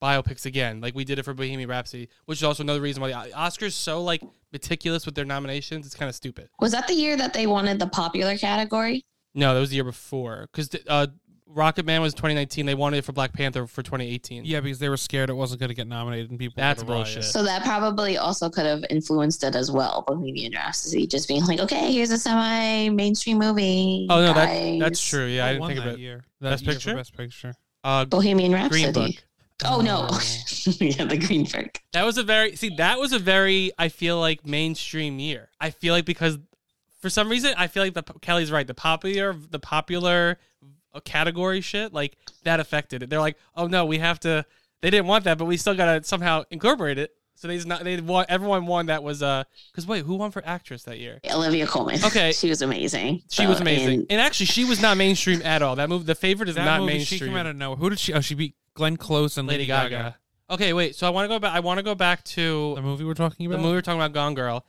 biopics again. Like we did it for Bohemian Rhapsody, which is also another reason why the O- Oscars so like meticulous with their nominations. It's kind of stupid.
was that the year that they wanted the popular category?
No, that was the year before because uh, Rocket Man was 2019. They wanted it for Black Panther for 2018.
Yeah, because they were scared it wasn't going to get nominated and people. were
That's
gonna riot.
bullshit.
So that probably also could have influenced it as well, Bohemian Rhapsody, just being like, okay, here's a semi mainstream movie.
Oh no, that
guys."
that's true. Yeah, I
Who
didn't
won
think
that
about it.
Year.
Best
year for
Picture?
Best Picture.
Uh,
Bohemian
Green
Rhapsody.
Book.
Oh no,
Um,
[LAUGHS] yeah, the Green Book.
That was a very see. That was a very I feel like mainstream year. I feel like because for some reason I feel like the Kelly's right. The popular the popular category shit like that affected it. They're like, oh no, we have to. They didn't want that, but we still gotta somehow incorporate it. So they just not they want everyone won that was uh because wait who won for actress that year?
Olivia Coleman.
Okay.
[LAUGHS] she was amazing.
She
So,
was amazing,
Uh, and-
and actually she was not mainstream at all. That movie, the favorite, is
That
not
movie,
mainstream.
She came out of nowhere. Who did she? Oh, she beat Glenn Close and
Lady
Lady,
Gaga. Okay, wait. So I want to go back. I want to go back to
The movie we're talking
the
about.
movie we are talking about, Gone Girl.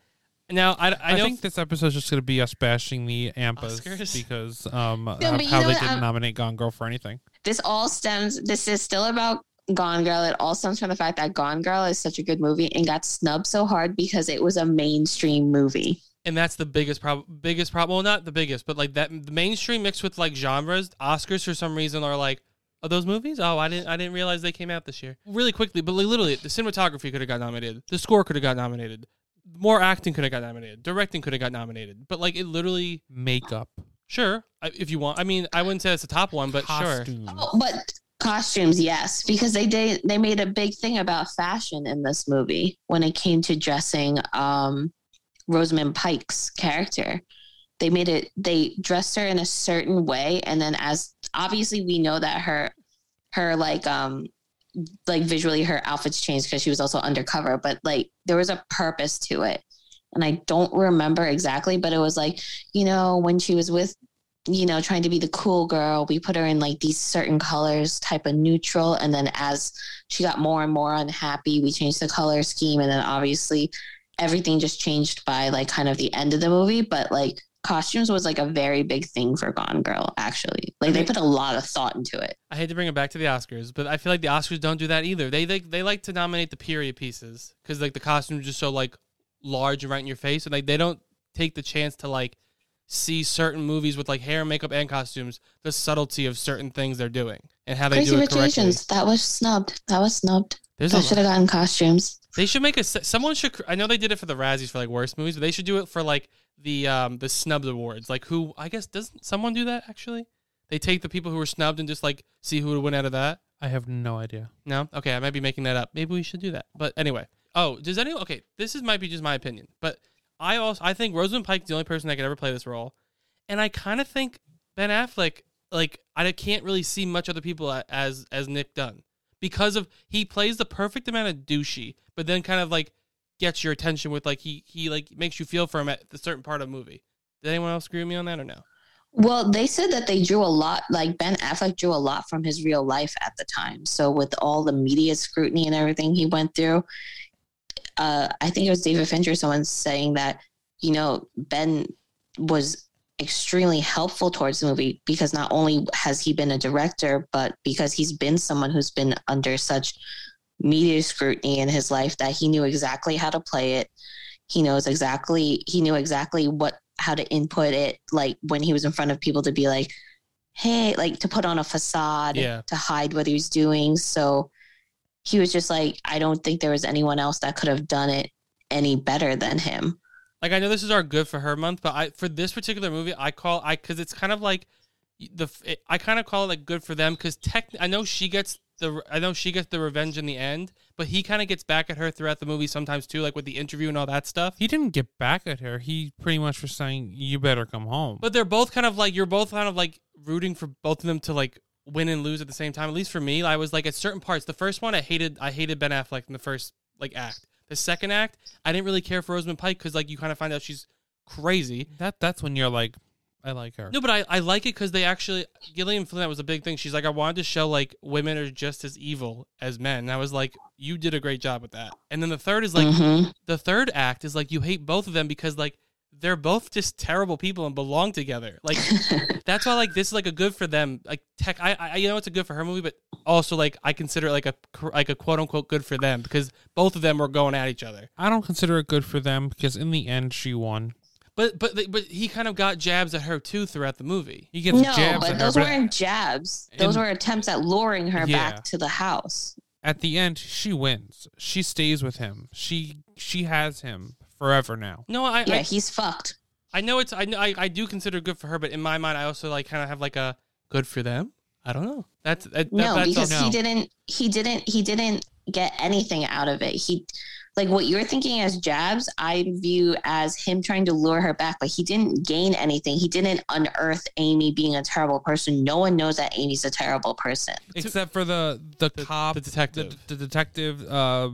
Now I, I,
I,
know
think this episode's just going to be us bashing the AMPAs
Oscars? [LAUGHS]
because um of
but you
how
know
they
what?
didn't
I'm-
nominate Gone Girl for anything.
this all stems. This is still about Gone Girl. It all stems from the fact that Gone Girl is such a good movie and got snubbed so hard because it was a mainstream movie.
and that's the biggest problem. Biggest problem. Well, not the biggest, but like that the mainstream mixed with like genres. Oscars for some reason are like, oh, those movies. Oh, I didn't. I didn't realize they came out this year. Really quickly, but like, literally, the cinematography could have got nominated. The score could have got nominated. More acting could have got nominated. Directing could have got nominated. But like it literally,
Makeup,
sure, I- if you want. I mean, I wouldn't say it's the top one, but sure.
costume.
Oh, but costumes, yes, because they did. They made a big thing about fashion in this movie when it came to dressing um, Rosamund Pike's character. They made it. They dressed her in a certain way, and then as obviously we know that her, her like um, like visually her outfits changed because she was also undercover. But like there was a purpose to it, and I don't remember exactly, but it was like you know when she was with you know, trying to be the cool girl. We put her in like these certain colors, type of neutral. And then as she got more and more unhappy, we changed the color scheme. And then obviously everything just changed by like kind of the end of the movie. But like costumes was like a very big thing for Gone Girl, actually. Like they put a lot of thought into it.
I hate to bring it back to the Oscars, but I feel like the Oscars don't do that either. They they, they like to nominate the period pieces because like the costumes are just so like large and right in your face, and like they don't take the chance to like see certain movies with like hair, makeup, and costumes, the subtlety of certain things they're doing and how they
Crazy
do it
Rich
correctly.
Asians. That was snubbed. That was snubbed.
There's
I
a
should
lot-
have gotten costumes.
they should make a se- someone should. cr- I know they did it for the Razzies for like worst movies, but they should do it for like the um the snubbed awards. Like who I guess doesn't someone do that actually? They take the people who were snubbed and just like see who would win out of that.
I have no idea.
No? Okay, I might be making that up. Maybe we should do that. But anyway. Oh, does anyone okay, this is might be just my opinion. But I also I think Rosamund Pike's the only person that could ever play this role. And I kinda think Ben Affleck, like I can't really see much other people a- as as Nick Dunn. Because of he plays the perfect amount of douchey, but then kind of like gets your attention with like he he like makes you feel for him at the certain part of the movie. Did anyone else agree with me on that or no?
Well, they said that they drew a lot, like Ben Affleck drew a lot from his real life at the time. So, with all the media scrutiny and everything he went through, uh, I think it was David Fincher, someone saying that, you know, Ben was extremely helpful towards the movie because not only has he been a director, but because he's been someone who's been under such media scrutiny in his life that he knew exactly how to play it. He knows exactly, he knew exactly what, how to input it, like when he was in front of people to be like, hey, like to put on a facade
Yeah.
to hide what he was doing. So he was just like, I don't think there was anyone else that could have done it any better than him.
like I know this is our good for her month, but I for this particular movie I call I because it's kind of like the it, I kind of call it like good for them because tech I know she gets the I know she gets the revenge in the end, but he kind of gets back at her throughout the movie sometimes too, like with the interview and all that stuff.
He didn't get back at her. He pretty much was saying, "You better come home."
But they're both kind of like you're both kind of like rooting for both of them to like win and lose at the same time. At least for me, I was like at certain parts. The first one, I hated I hated Ben Affleck in the first like act. The second act, I didn't really care for Rosamund Pike because like you kind of find out she's crazy.
that that's when you're like, "I like her."
No, but I, I like it because they actually Gillian Flynn that was a big thing. She's like, I wanted to show like women are just as evil as men. And I was like, you did a great job with that. And then the third is like
Mhm.
the third act is like you hate both of them because like they're both just terrible people and belong together. Like that's why like this is like a good for them. Like tech, I, I you know it's a good for her movie, but also like I consider it like a cr- like a quote unquote good for them because both of them were going at each other.
I don't consider it good for them because in the end, she won.
But but they- but he kind of got jabs at her too throughout the movie.
He gives
No,
jabs
but
at
those
her, but
weren't jabs. Those
In-
were attempts at luring her
Yeah.
back to the house.
at the end she wins. She stays with him. She she has him forever now.
No, I
Yeah,
I,
he's fucked.
I know it's I, know- I I do consider good for her, but in my mind I also like kind of have like a good for them. I don't know. That's that,
No,
that's
because
all-
he didn't. He didn't. He didn't get anything out of it. He, like what you're thinking as jabs, I view as him trying to lure her back, but he didn't gain anything. He didn't unearth Amy being a terrible person. No one knows that Amy's a terrible person.
Except for the the,
The-
cop,
the detective.
the, the detective, uh,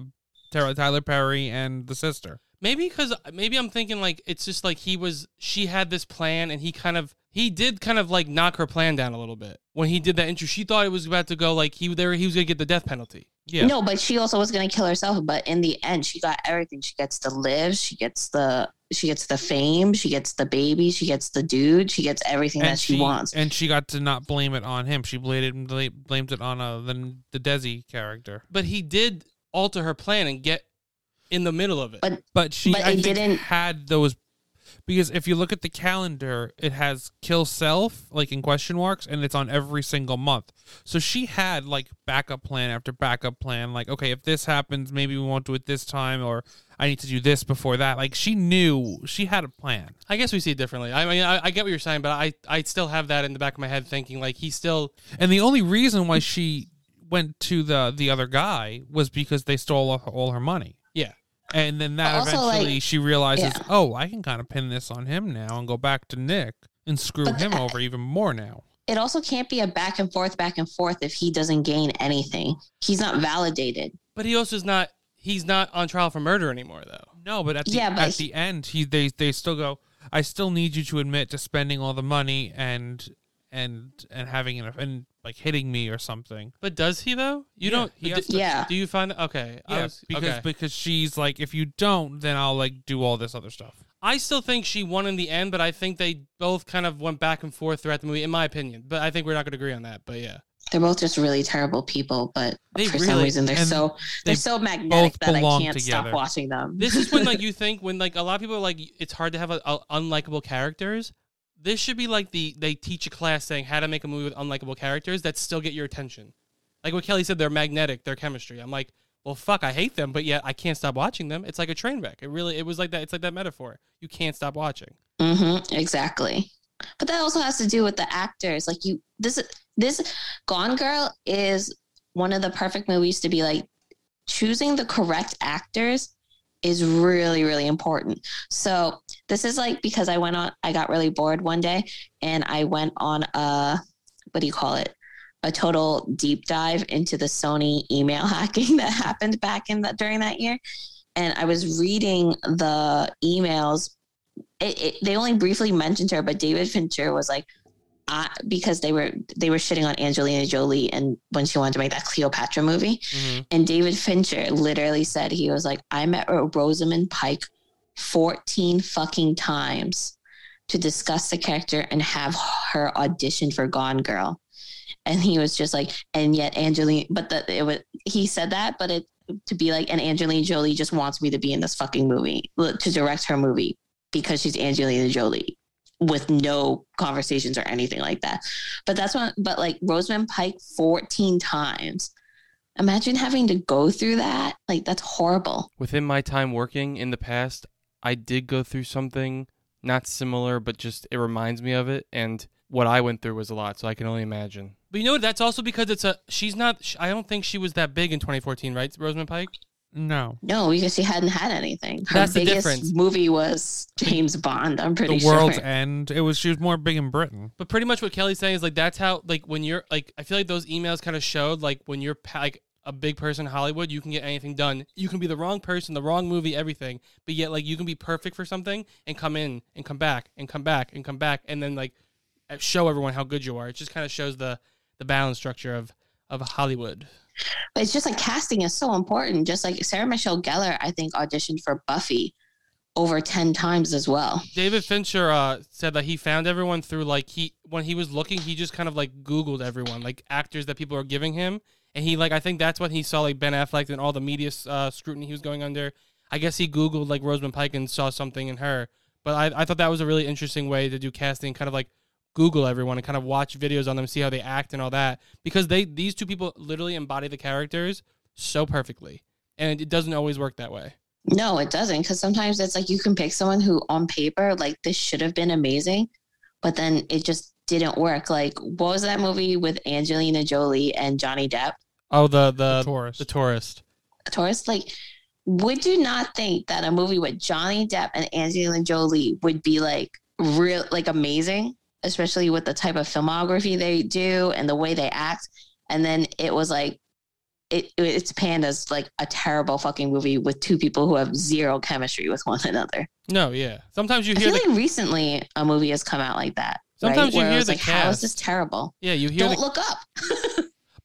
Tyler, Tyler Perry, and the sister.
Maybe because maybe I'm thinking like it's just like he was she had this plan and he kind of he did kind of like knock her plan down a little bit when he did that intro. She thought it was about to go like he there he was gonna get the death penalty.
Yeah,
No, but she also was going to kill herself. But in the end, she got everything. She gets to live. She gets the she gets the fame. She gets the baby. She gets the dude. She gets everything that she, wants.
and she got to not blame it on him. She blamed it, blamed it on uh, the the Desi character.
But he did alter her plan and get in the middle of it.
But-
But she
But
I
it
think,
didn't-
had those because if you look at the calendar, it has kill self like in question marks, and it's on every single month. So she had like backup plan after backup plan. Like, okay, if this happens, maybe we won't do it this time, or I need to do this before that. Like she knew she had a plan.
I guess we see it differently. I mean, I, I get what you're saying, but I, I still have that in the back of my head thinking like he still
And the only reason why she went to the the other guy was because they stole all her, all her money.
yeah.
And then that
Also,
eventually
like-
she realizes,
yeah.
oh, I can kind of pin this on him now and go back to Nick and screw
But
him
the-
over even more now.
it also can't be a back and forth, back and forth if he doesn't gain anything. He's not validated.
But he also is not he's not on trial for murder anymore though.
No, but at the,
Yeah, but
at
he-
the end, he they they still go. I still need you to admit to spending all the money and and and having an and like hitting me or something.
But does he though?
Yeah,
You don't.
he
d-
has
to- Yeah.
Do you find okay? I
Yeah,
was-
Uh, because
okay.
because she's like, if you don't, then I'll like do all this other stuff.
I still think she won in the end, but I think they both kind of went back and forth throughout the movie, in my opinion. But I think we're not going to agree on that. But yeah,
They're both just really terrible people, but
They
for some
really-
reason they're
and
so
they
they're so magnetic
both
that I
belong
can't
together.
stop watching them.
this
[LAUGHS]
is when like you think when like a lot of people are like it's hard to have a, a, unlikable characters. This should be like the they teach a class saying how to make a movie with unlikable characters that still get your attention. Like what Kelly said, they're magnetic, their chemistry. I'm like, well, fuck, I hate them, but yet I can't stop watching them. It's like a train wreck. It really, it was like that. It's like that metaphor. You can't stop watching.
hmm exactly. But that also has to do with the actors. Like you, this this Gone Girl is one of the perfect movies to be like choosing the correct actors is really really important. So this is like because I went on, I got really bored one day, and I went on a what do you call it? A total deep dive into the Sony email [LAUGHS] hacking that happened back in that during that year, and I was reading the emails it, it, they only briefly mentioned her, but David Fincher was like, I, because they were they were shitting on Angelina Jolie and when she wanted to make that Cleopatra movie, and David Fincher literally said he was like, I met Ro- Rosamund Pike fourteen fucking times to discuss the character and have her audition for Gone Girl, and he was just like, and yet Angelina, but the, it was he said that, but it to be like, and Angelina Jolie just wants me to be in this fucking movie to direct her movie because she's Angelina Jolie with no conversations or anything like that. But that's when, but like Rosamund Pike 14 times. Imagine having to go through that. Like, that's horrible.
within my time working in the past, I did go through something not similar, but just it reminds me of it. And what I went through was a lot, so I can only imagine. But you know, what? that's also because it's a she's not. sh I don't think she was that big in 2014, right, Rosamund Pike?
No,
No, because she hadn't had anything. Her
That's the
biggest
difference.
movie was James Bond, I'm pretty
the
sure.
world's end. It was she was more big in Britain.
But pretty much what Kelly's saying is like that's how like when you're like I feel like those emails kind of showed like when you're pa- like a big person in Hollywood, you can get anything done. You can be the wrong person, the wrong movie, everything, but yet like you can be perfect for something and come in and come back and come back and come back and then like show everyone how good you are. It just kind of shows the the balance structure of of Hollywood.
[LAUGHS] But it's just like casting is so important. Just like Sarah Michelle Gellar, I think, auditioned for Buffy over 10 times as well.
David Fincher uh, said that he found everyone through like he when he was looking, he just kind of like Googled everyone, like actors that people are giving him, and he like I think that's when he saw like Ben Affleck and all the media uh, scrutiny he was going under. I guess he Googled like Rosamund Pike and saw something in her, But I, I thought that was a really interesting way to do casting, kind of like Google everyone and kind of watch videos on them, see how they act and all that, because they these two people literally embody the characters so perfectly, and it doesn't always work that way.
No, it doesn't. Because sometimes it's like you can pick someone who, on paper, like this should have been amazing, but then it just didn't work. Like, what was that movie with Angelina Jolie and Johnny Depp?
Oh, the the the,
Taurus.
tourist.
Taurus? Like, would you not think that a movie with Johnny Depp and Angelina Jolie would be like real, like amazing, especially with the type of filmography they do and the way they act? And then it was like, it, it's panned as like a terrible fucking movie with two people who have zero chemistry with one another.
No, yeah. Sometimes you
I
hear
feel
the
like recently a movie has come out like that.
Sometimes
right?
you
Where I
hear
was
the
like, How is
cast.
this terrible?
yeah you hear
Don't
the,
look up.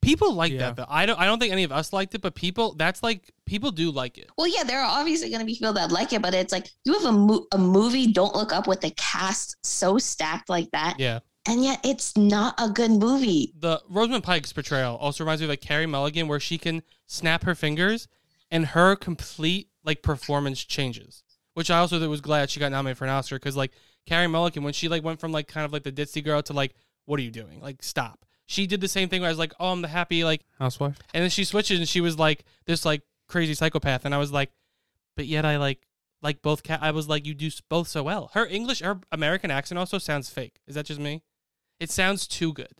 people like
Yeah.
that though. I don't I don't think any of us liked it, but people that's like people do like it.
well, yeah, there are obviously going to be people that like it, but it's like you have a, mo- a movie, Don't Look Up, with the cast so stacked like that,
Yeah.
and yet it's not a good movie.
the Rosamund Pike's portrayal also reminds me of like Carrie Mulligan, where she can snap her fingers and her complete like performance changes. Which I also th- was glad she got nominated for an Oscar because like Carrie Mulligan, when she like went from like kind of like the ditzy girl to like, what are you doing? Like stop. She did the same thing where I was like, oh, I'm the happy like,
Housewife.
and then she switches and she was like this like crazy psychopath, and I was like, but yet I like like both. Ca- I was like, you do s- both so well. Her English, her American accent also sounds fake. Is that just me? It sounds too good.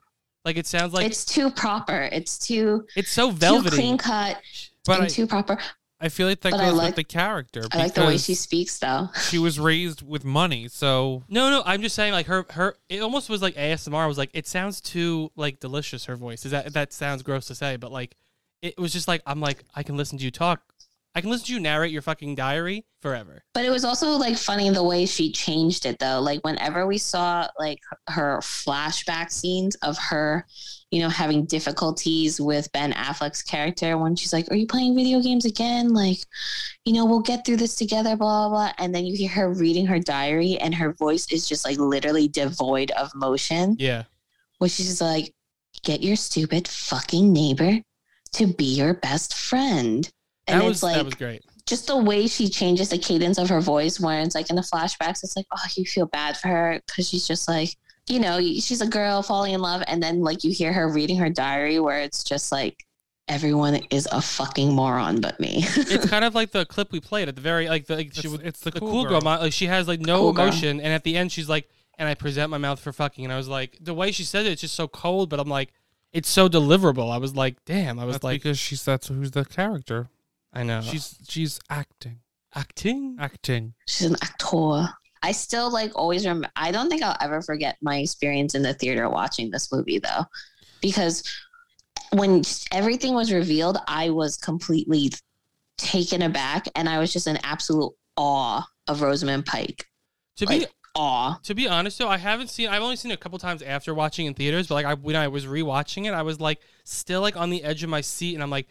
Like it sounds like
it's too proper. It's too
it's so
too
velvety.
clean cut
But
and
I,
too proper.
I feel like that
but
goes
I
with
like-
the character.
I like the way
because
she speaks, though.
She was raised with money, so
No, no, I'm just saying like her her it almost was like ASMR I was like it sounds too like delicious her voice. Is that that sounds gross to say, but like it was just like I'm like I can listen to you talk. I can listen to you narrate your fucking diary forever.
But it was also like funny the way she changed it though. Like whenever we saw like her flashback scenes of her, you know, having difficulties with Ben Affleck's character when she's like, "Are you playing video games again?" Like, you know, we'll get through this together, blah blah. blah. And then you hear her reading her diary, and her voice is just like literally devoid of motion,
Yeah.
where she's just like, "Get your stupid fucking neighbor to be your best friend." And
that was
it's like
that was
[LAUGHS]
great.
just the way she changes the cadence of her voice when it's like in the flashbacks it's like oh you feel bad for her because she's just like you know she's a girl falling in love and then like you hear her reading her diary where it's just like everyone is a fucking moron but me
It's kind of like the clip we played at the very like the like she
it's,
would
it's
the, cool, girl, mo- like she has like no
Cool girl.
emotion and at the end she's like and I present my mouth for fucking and I was like the way she said it it's just so cold but I'm like it's so deliverable. I was like damn. I was
That's
like Uh-huh.
because she's that's who's the character.
I know.
She's she's acting,
acting.
acting.
she's an actor i still like always remember i don't think i'll ever forget my experience in the theater watching this movie though because when everything was revealed i was completely taken aback and i was just in absolute awe of rosamund pike
To be
like, awe
To be honest, though, I haven't seen. I've only seen it a couple times after watching in theaters, but like I, when I was rewatching it, I was like still like on the edge of my seat, and I'm like,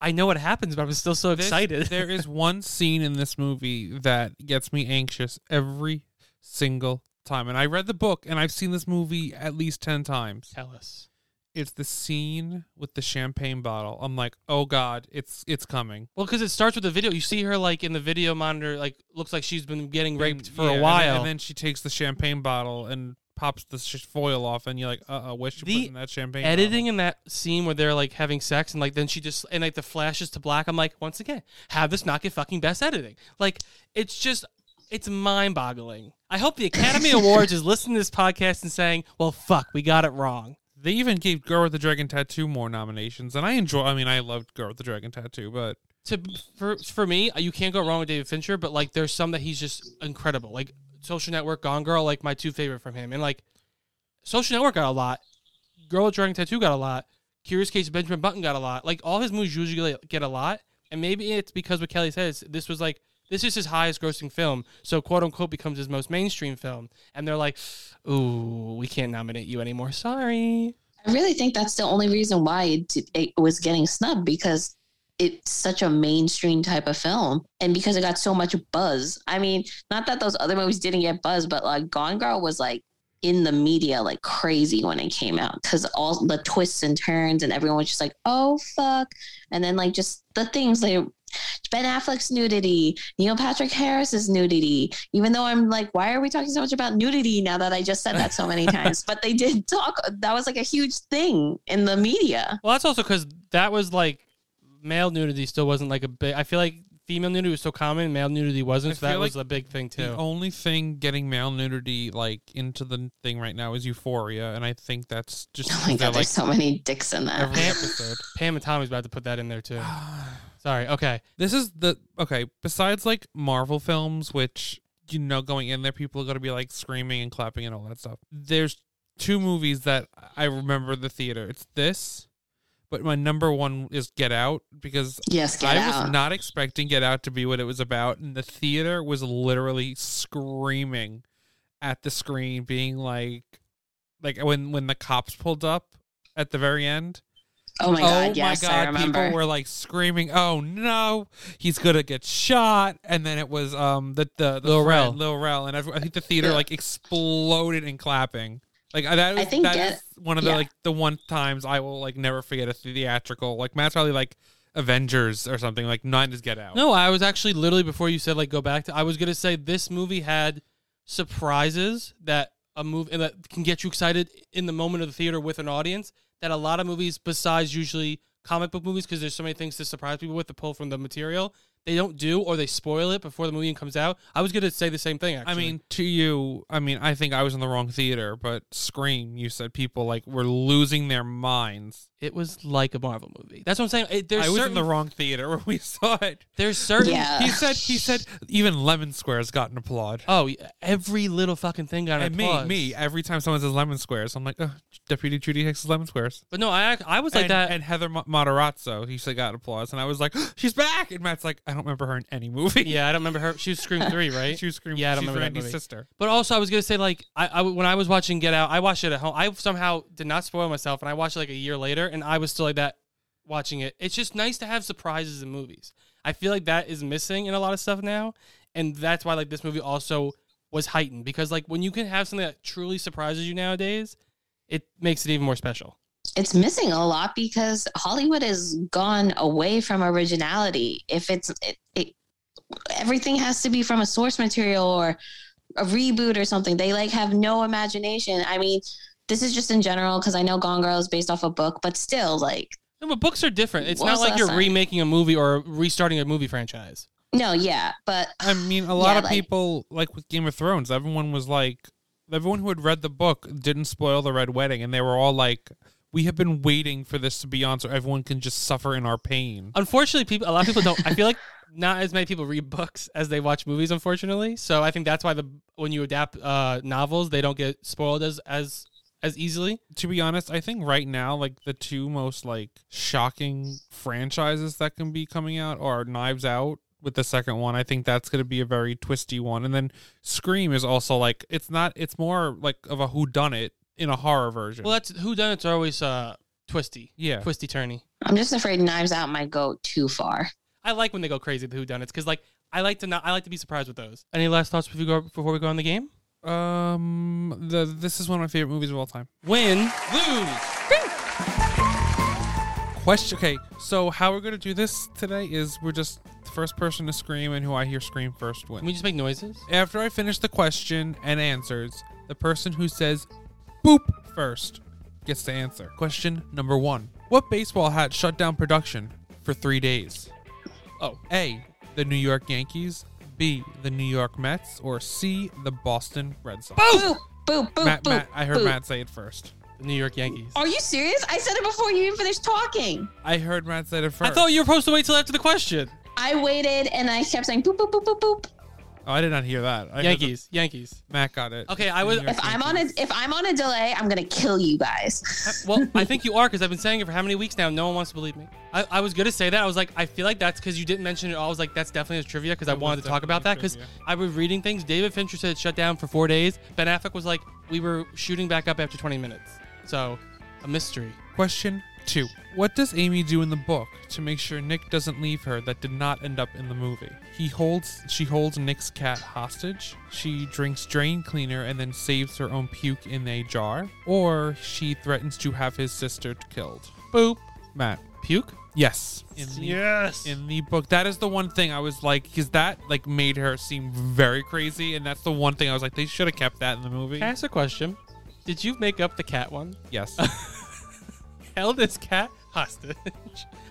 I know what happens, but I'm still so
This-
excited. [LAUGHS]
there is one scene in this movie that gets me anxious every single time. And I read the book and I've seen this movie at least 10 times.
Tell us.
It's the scene with the champagne bottle. I'm like, "Oh god, it's it's coming."
Well, because it starts with the video. You see her like in the video monitor, like looks like she's been getting raped
And-
for
yeah, and
a
then-
while.
And then, she takes the champagne bottle and pops the sh- foil off and you're like, "Uh-oh, where's she
The
putting that champagne?"
editing in that scene where they're like having sex and like then she just and like the flashes to black i'm like once again have this not get fucking best editing like it's just it's mind-boggling i hope the
[COUGHS]
academy awards is listening to this podcast and saying well fuck we got it wrong
bottle? They even gave Girl with the Dragon Tattoo more nominations, and I enjoy. I mean, I loved Girl with the Dragon Tattoo, but
to for, for me uh, you can't go wrong with david fincher but like there's some that he's just incredible like social network gone girl like my two favorite from him and like social network got a lot girl with dragon tattoo got a lot curious case of benjamin button got a lot like all his movies usually get a lot and maybe it's because what kelly says this was like this is his highest grossing film so quote unquote becomes his most mainstream film and they're like ooh we can't nominate you anymore sorry
I really think that's the only reason why it, it was getting snubbed because it's such a mainstream type of film and because it got so much buzz. I mean, not that those other movies didn't get buzz, but like Gone Girl was like in the media like crazy when it came out because all the twists and turns and everyone was just like, oh fuck. And then like just the things they, Ben Affleck's nudity, Neil Patrick Harris's nudity. Even though I'm like, why are we talking so much about nudity now that I just said that
[LAUGHS]
so many times? But they did talk. That was like a huge thing in the media.
Well, that's also because that was like male nudity still wasn't like a big. I feel like female nudity was so common, male nudity wasn't.
I
So that
feel
was
like
a big thing
The
too.
only thing getting male nudity like into the thing right now is Euphoria, and I think that's just
[LAUGHS] Oh my
they're,
god,
like
there's so many dicks in that.
every episode.
Pam and Tommy's about to put that in
[SIGHS]
there too. Sorry. Okay.
This is the okay. Besides like Marvel films, which you know going in there, people are gonna be like screaming and clapping and all that stuff. There's two movies that I remember the theater. It's this, but my number one is Get Out because
Yes, get
I
out.
was not expecting Get Out to be what it was about, and the theater was literally screaming at the screen, being like, like when when the cops pulled up at the very end.
oh my god, yes, I remember.
People were like screaming, "Oh no, he's gonna get shot!" And then it was um the the, the
Lil
friend,
Rel.
Lil Rel, and everyone, I think the theater
Yeah.
like exploded in clapping. Like I- that,
I
was,
think
that
Get-
is one of the
yeah.
like the one times I will like never forget a theatrical. Like Matt's probably like Avengers or something. Like nine is Get Out.
No, I was actually literally before you said like go back to. I was gonna say this movie had surprises that a movie that can get you excited in the moment of the theater with an audience. That a lot of movies, besides usually comic book movies, because there's so many things to surprise people with to pull from the material, they don't do or they spoil it before the movie even comes out. I was gonna say the same thing. Actually.
I mean, to you, I mean, I think I was in the wrong theater, but Scream, you said people like were losing their minds.
it was like a Marvel movie. That's what I'm saying. It, there's
I was
certain,
in the wrong theater [LAUGHS] when we saw it.
There's certain.
Yeah.
He said. He said. Even Lemon Square's gotten applaud.
Oh, yeah, every little fucking thing got an
and me,
applause.
me. Every time someone says Lemon Squares, I'm like, oh, Deputy Judy Hicks is Lemon Squares.
But no, I act- I was like
and,
that.
And Heather Mo- Materazzo, he said, got applause, and I was like, [GASPS] she's back. And Matt's like, I don't remember her in any movie.
yeah, I don't remember her. She was [LAUGHS] Scream Three, right?
[LAUGHS] She was screaming.
Yeah, I don't
she's
remember that
Randy's
movie.
sister.
But also, I was gonna say like I, I when I was watching Get Out, I watched it at home. I somehow did not spoil myself, and I watched it like a year later, and I was still like that watching it. It's just nice to have surprises in movies. I feel like that is missing in a lot of stuff now, and that's why like this movie also was heightened because like when you can have something that truly surprises you nowadays, it makes it even more special.
it's missing a lot because Hollywood has gone away from originality. If it's it, it, everything has to be from a source material or a reboot or something. They like have no imagination. I mean, this is just in general because I know Gone Girl is based off a book, but still, like,
No, but books are different. It's
What
not
was
like
last
you're
time?
remaking a movie or restarting a movie franchise.
no, yeah, but
I mean, a lot
[SIGHS] Yeah,
of
like-
people, like with Game of Thrones, everyone was like, everyone who had read the book didn't spoil the Red Wedding, and they were all like, we have been waiting for this to be on so everyone can just suffer in our pain.
Unfortunately, people a lot of people don't. I feel like not as many people read books as they watch movies. Unfortunately, so I think that's why the when you adapt uh, novels, they don't get spoiled as as as easily.
to be honest, I think right now, like the two most like shocking franchises that can be coming out are Knives Out with the second one. I think that's going to be a very twisty one, and then Scream is also like it's not. It's more like of a who done it in a horror version.
Well, that's who done it's always uh, twisty,
yeah,
twisty turny.
I'm just afraid Knives Out might go too far.
I like when they go crazy with who done because like I like to not I like to be surprised with those. Any last thoughts before we go before we go on the game?
um, the this is one of my favorite movies of all time.
Win lose.
Question. Okay, so how we're gonna do this today is we're just the first person to scream and who I hear scream first wins.
Can we just make noises?
After I finish the question and answers, the person who says boop first gets to answer. Question number one What baseball hat shut down production for three days?
Oh,
A. The New York Yankees. B. The New York Mets. Or C. The Boston Red Sox.
Boop, boop, boop,
Matt,
boop.
Matt, I heard
boop.
Matt say it first.
the New York Yankees.
Oh,
Are you serious? I said it before you even finished talking.
I heard Matt say it first.
I thought you were supposed to wait till after the question.
I waited and I kept saying boop, boop, boop, boop, boop.
oh, I did not hear that. I heard
Yankees, Yankees.
that Matt got it.
Okay, I
The
was-
New York
If I'm on a
Yankees.
if I'm on a delay, I'm gonna kill you guys.
Well, I think you are because I've been saying it for how many weeks now? No one wants to believe me. I, I was gonna say that. I was like, I feel like that's because you didn't mention it. All. I was like, that's definitely a trivia because I
was
wanted to talk about that
definitely
because
trivia.
I was reading things. David Fincher said it shut down for four days. Ben Affleck was like, we were shooting back up after 20 minutes. So, a mystery.
Question two What does Amy do in the book to make sure Nick doesn't leave her that did not end up in the movie? He holds she holds Nick's cat hostage, she drinks drain cleaner and then saves her own puke in a jar, or she threatens to have his sister killed. Boop. Matt.
puke?
Yes. In the,
Yes.
in the book, that is the one thing I was like, because that like made her seem very crazy, and that's the one thing I was like, they should have kept that in the movie.
Can I ask a question? Did you make up the cat one? [LAUGHS]
Yes. [LAUGHS]
Held this cat hostage. [LAUGHS]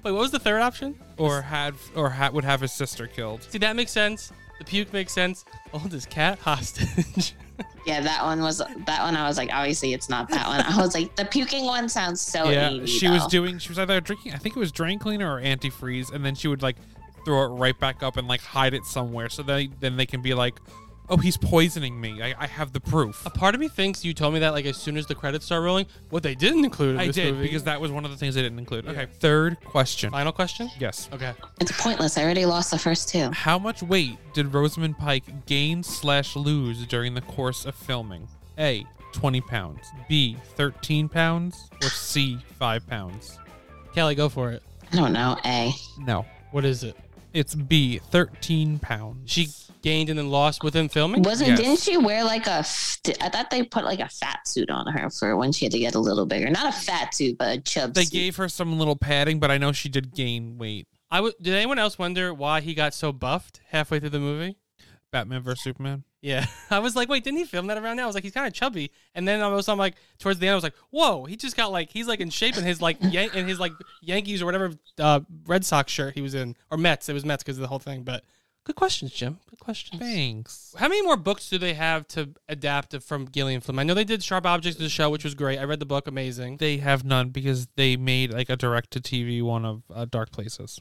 Wait, what was the third option?
or had or ha- would have his sister killed.
See, that makes sense. The puke makes sense. Hold this cat hostage. [LAUGHS]
Yeah, that one was that one. I was like, obviously, it's not that one. I was like, the puking one sounds so
yeah,
needy,
she was
though.
doing. She was either drinking. I think it was drain cleaner or antifreeze, and then she would like throw it right back up and like hide it somewhere, so they then they can be like, "Oh, he's poisoning me. I, I have the proof."
a part of me thinks you told me that like as soon as the credits start rolling. What they didn't include in
I
this
did
movie.
because that was one of the things they didn't include. Okay, third question.
Final question?
Yes.
Okay.
It's pointless. I already lost the first two.
How much weight did Rosamund Pike gain slash lose during the course of filming? A. 20 pounds. B. 13 pounds. Or C. 5 pounds?
Kelly, go for it.
I don't know. A.
No.
What is it?
It's B. 13 pounds.
She gained and then lost within filming?
Wasn't
Yes.
didn't she wear like a? f- I thought they put like a fat suit on her for when she had to get a little bigger. Not a fat suit, but a chub
They
suit.
gave her some little padding, but I know she did gain weight.
I w- did anyone else wonder why he got so buffed halfway through the movie?
Batman vs Superman.
Yeah. [LAUGHS] I was like, wait, didn't he film that around now? I was like, he's kind of chubby. And then I was I'm like, towards the end, I was like, whoa, he just got like, he's like in shape in his like, [LAUGHS] Yan- in his like Yankees or whatever uh, Red Sox shirt he was in, or Mets. It was Mets because of the whole thing. But good questions, Jim. Good questions.
Thanks.
How many more books do they have to adapt from Gillian Flynn? I know they did Sharp Objects of the Show, which was great. I read the book, amazing.
They have none because they made like a direct to TV one of uh, Dark Places.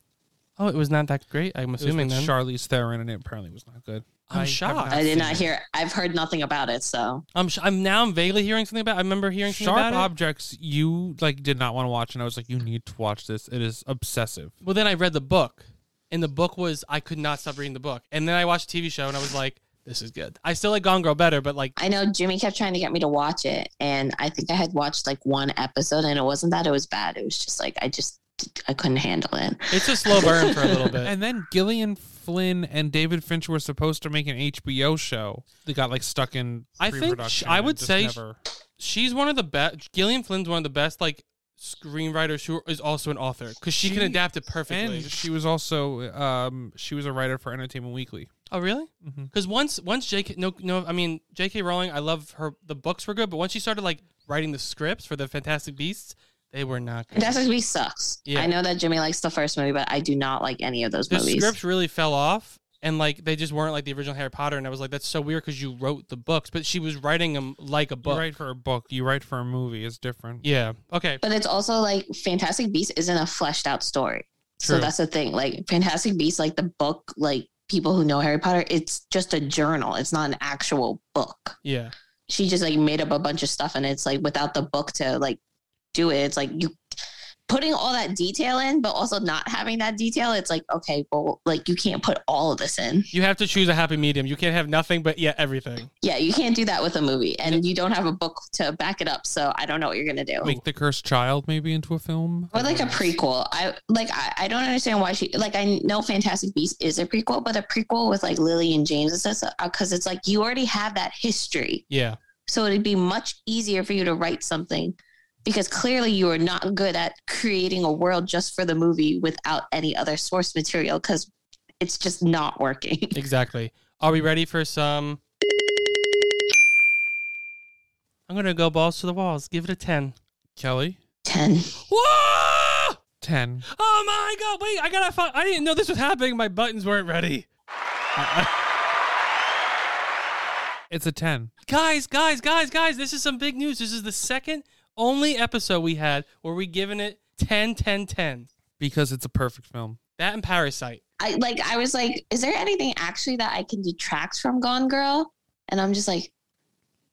Oh, it was not that great. I'm
It was
assuming
with
then.
Charlize Theron and it apparently was not good.
I'm
have
shocked.
I did
seen
not
it.
hear. I've heard nothing about it. So
I'm, sh- I'm now I'm vaguely hearing something about. I remember hearing something
Sharp
about it.
objects you like did not want to watch, and I was like, you need to watch this. It is obsessive.
Well, then I read the book, and the book was I could not stop reading the book. And then I watched a TV show, and I was like, this is good. I still like Gone Girl better, but like
I know Jimmy kept trying to get me to watch it, and I think I had watched like one episode, and it wasn't that it was bad. It was just like I just I couldn't handle it.
it's a slow burn for a little [LAUGHS] bit.
And then Gillian Flynn and David Fincher were supposed to make an HBO show. They got like stuck in.
I think
pre-production
sh- I
and
would
just
say sh-
never-
She's one of the best. Gillian Flynn's one of the best like screenwriters who is also an author because she, can
She-
adapt it perfectly.
and she was also um she was a writer for Entertainment Weekly.
Oh really?
Mm-hmm.
Because once once J.K. no no I mean J.K. Rowling I love her the books were good but once she started like writing the scripts for the Fantastic Beasts they were not good.
Fantastic Beasts sucks.
Yeah.
I know that Jimmy likes the first movie, but I do not like any of those
the
movies.
scripts really fell off and like they just weren't like the original Harry Potter and I was like that's so weird because you wrote the books but she was writing them like a book.
You write for a book. You write for a movie. It's different.
Yeah. Okay.
But it's also like Fantastic Beasts isn't a fleshed out story.
True.
So that's the thing. Like Fantastic Beasts, like the book, like people who know Harry Potter, it's just a journal. It's not an actual book.
Yeah.
She just like made up a bunch of stuff and it's like without the book to like do it, it's like you putting all that detail in, but also not having that detail, it's like, okay, well, like you can't put all of this in.
You have to choose a happy medium. You can't have nothing but yeah everything.
Yeah, you can't do that with a movie. And you don't have a book to back it up. So I don't know what you're gonna do.
Make the cursed child maybe into a film.
Or like a prequel. I like I, I don't understand why she like I know Fantastic Beasts is a prequel, but a prequel with like Lily and James is because it's like you already have that history,
Yeah.
so it'd be much easier for you to write something because clearly you are not good at creating a world just for the movie without any other source material because it's just not working. [LAUGHS]
Exactly. Are we ready for some? I'm gonna go balls to the walls. Give it a ten.
Kelly
Ten.
Whoa!
ten.
Oh my god! Wait, I gotta. Fi- I didn't know this was happening. My buttons weren't ready.
It's a ten.
Guys, guys, guys, guys! This is some big news. This is the second only episode we had where we given it 10, 10, 10.
because it's a perfect film.
That and Parasite.
I like I was like, is there anything actually that I can detract from Gone Girl? And I'm just like,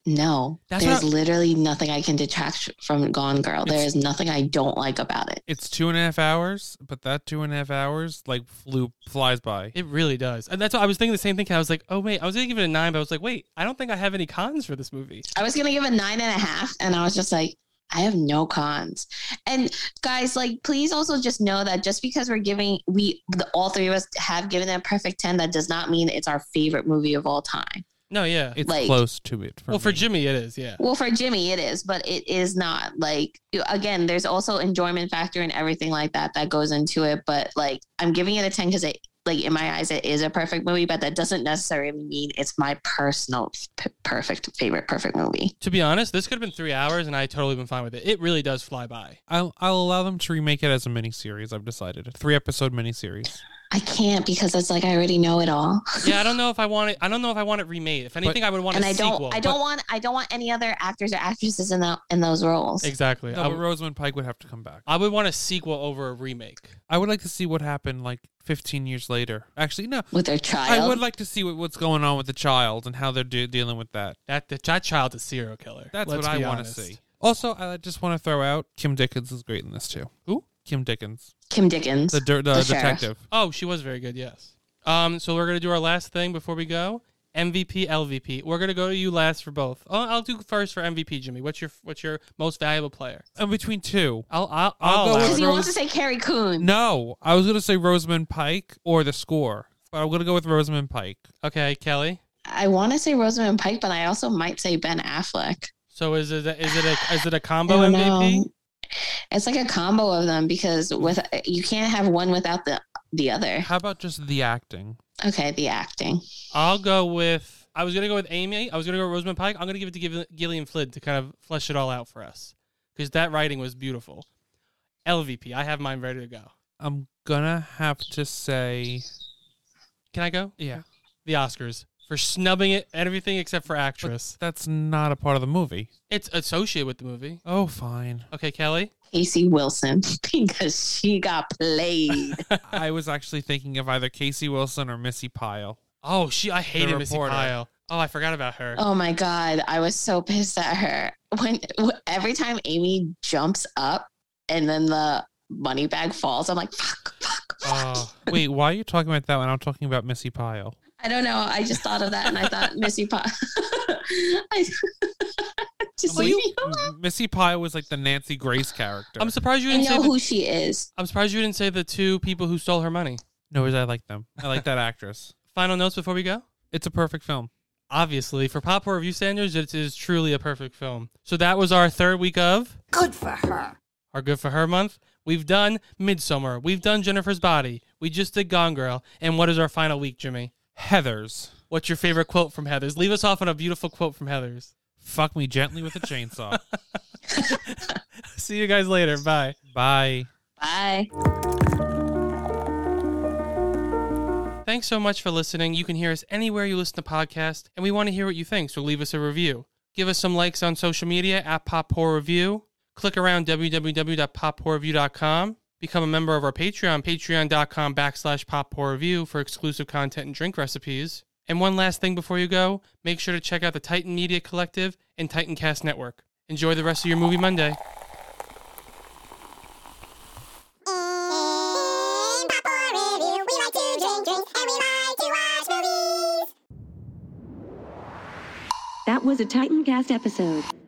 no.
That's
There's
what I-
literally nothing I can detract from Gone Girl. There
It's-
is nothing I don't like about it.
It's two and a half hours, but that two and a half hours like flew flies by.
It really does. And that's why I was thinking the same thing. I was like, oh wait, I was gonna give it a nine, but I was like, wait, I don't think I have any cons for this movie.
I was gonna give it nine and a half, and I was just like, I have no cons. And guys, like, please also just know that just because we're giving we the, all three of us have given it a perfect ten, that does not mean it's our favorite movie of all time.
No, yeah.
It's
Like-
close to it. For
well, for
me.
Jimmy, it is. Yeah.
Well, for Jimmy, it is, but it is not like you- again. There's also enjoyment factor and everything like that that goes into it. But like, I'm giving it a ten because it, like, in my eyes, it is a perfect movie. But that doesn't necessarily mean it's my personal p- perfect favorite perfect movie.
To be honest, this could have been three hours, and I totally been fine with it. It really does fly by.
I'll I'll allow them to remake it as a miniseries. I've decided a three episode [SIGHS] miniseries.
I can't because it's like I already know it all,
Yeah, I don't know if I want it. I don't know if I want it remade. If anything, I would want
and
a
I don't.
sequel.
I don't
but-
want. I don't want any other actors or actresses in that in those roles.
exactly.
No,
I
but
would-
Rosamund Pike would have to come back.
I would want a sequel over a remake.
I would like to see what happened like 15 years later. Actually, no.
With their child,
I would like to see what, what's going on with the child and how they're de- dealing with that.
That that, that child is serial killer.
That's
Let's
what I
be
want to
honest.
see. Also, I just want to throw out Kim Dickens is great in this too. Who? Kim Dickens,
Kim Dickens,
the, dir- the,
The sheriff.
detective.
Oh, she was very good. Yes. Um. So we're gonna do our last thing before we go. MVP, LVP. We're gonna go to you last for both. Oh, I'll do first for MVP, Jimmy. What's your what's your most valuable player?
And between two,
I'll I'll,
I'll
I'll,
go
allow
with
it.
because he
Rose-
wants to say Carrie Coon.
no, I was gonna say Rosamund Pike or the score, but I'm gonna go with Rosamund Pike.
Okay, Kelly.
I want to say Rosamund Pike, but I also might say Ben Affleck.
So is it a, is it a is it a
I
combo
don't
MVP?
know. It's like a combo of them because with you can't have one without the the other.
How about just the acting?
Okay, the acting.
I'll go with. I was gonna go with Amy. I was gonna go with Rosamund Pike. I'm gonna give it to Giv- Gillian Flynn to kind of flesh it all out for us because that writing was beautiful. LVP. I have mine ready to go.
I'm gonna have to say,
Can I go?
yeah,
The Oscars for snubbing it everything except for actress.
that's not a part of the movie.
It's associated with the movie.
Oh, fine.
Okay, Kelly.
Casey Wilson [LAUGHS] because she got played.
I was actually thinking of either Casey Wilson or Missy Pyle.
Oh, she. I hated Missy
reporter.
Pyle. Oh, I forgot about her.
oh my god, I was so pissed at her when every time Amy jumps up and then the money bag falls. I'm like fuck, fuck, fuck.
Oh.
Wait, why are you talking about that when I'm talking about Missy Pyle?
I don't know. I just thought of that and I thought [LAUGHS] Missy Pot. I [LAUGHS] just
Well,
leave
you-
me alone.
Missy Pyle was like the Nancy Grace character.
I'm surprised you
I
didn't say.
know
The,
who she is.
I'm surprised you didn't say the two people who stole her money.
no, I like them. I like that actress.
Final notes before we go.
It's a perfect film.
Obviously, for pop horror review standards, it is truly a perfect film. So that was our third week of.
Good for her.
our good for her month. We've done Midsummer. We've done Jennifer's Body. We just did Gone Girl. And what is our final week, Jimmy?
Heather's.
What's your favorite quote from Heather's? Leave us off on a beautiful quote from Heather's. [LAUGHS]
Fuck me gently with a chainsaw.
See you guys later. Bye.
Bye.
Bye.
Thanks so much for listening. You can hear us anywhere you listen to podcasts, and we want to hear what you think, so leave us a review. Give us some likes on social media at Pop Horror Review. Click around www.pophorrorreview.com. Become a member of our Patreon, patreon.com backslash Pop Horror Review for exclusive content and drink recipes. And one last thing before you go, make sure to check out the Titan Media Collective and Titan Cast Network. Enjoy the rest of your movie Monday.
In Pop War Review, we like to drink drinks and we like to watch movies.
That was a Titancast episode.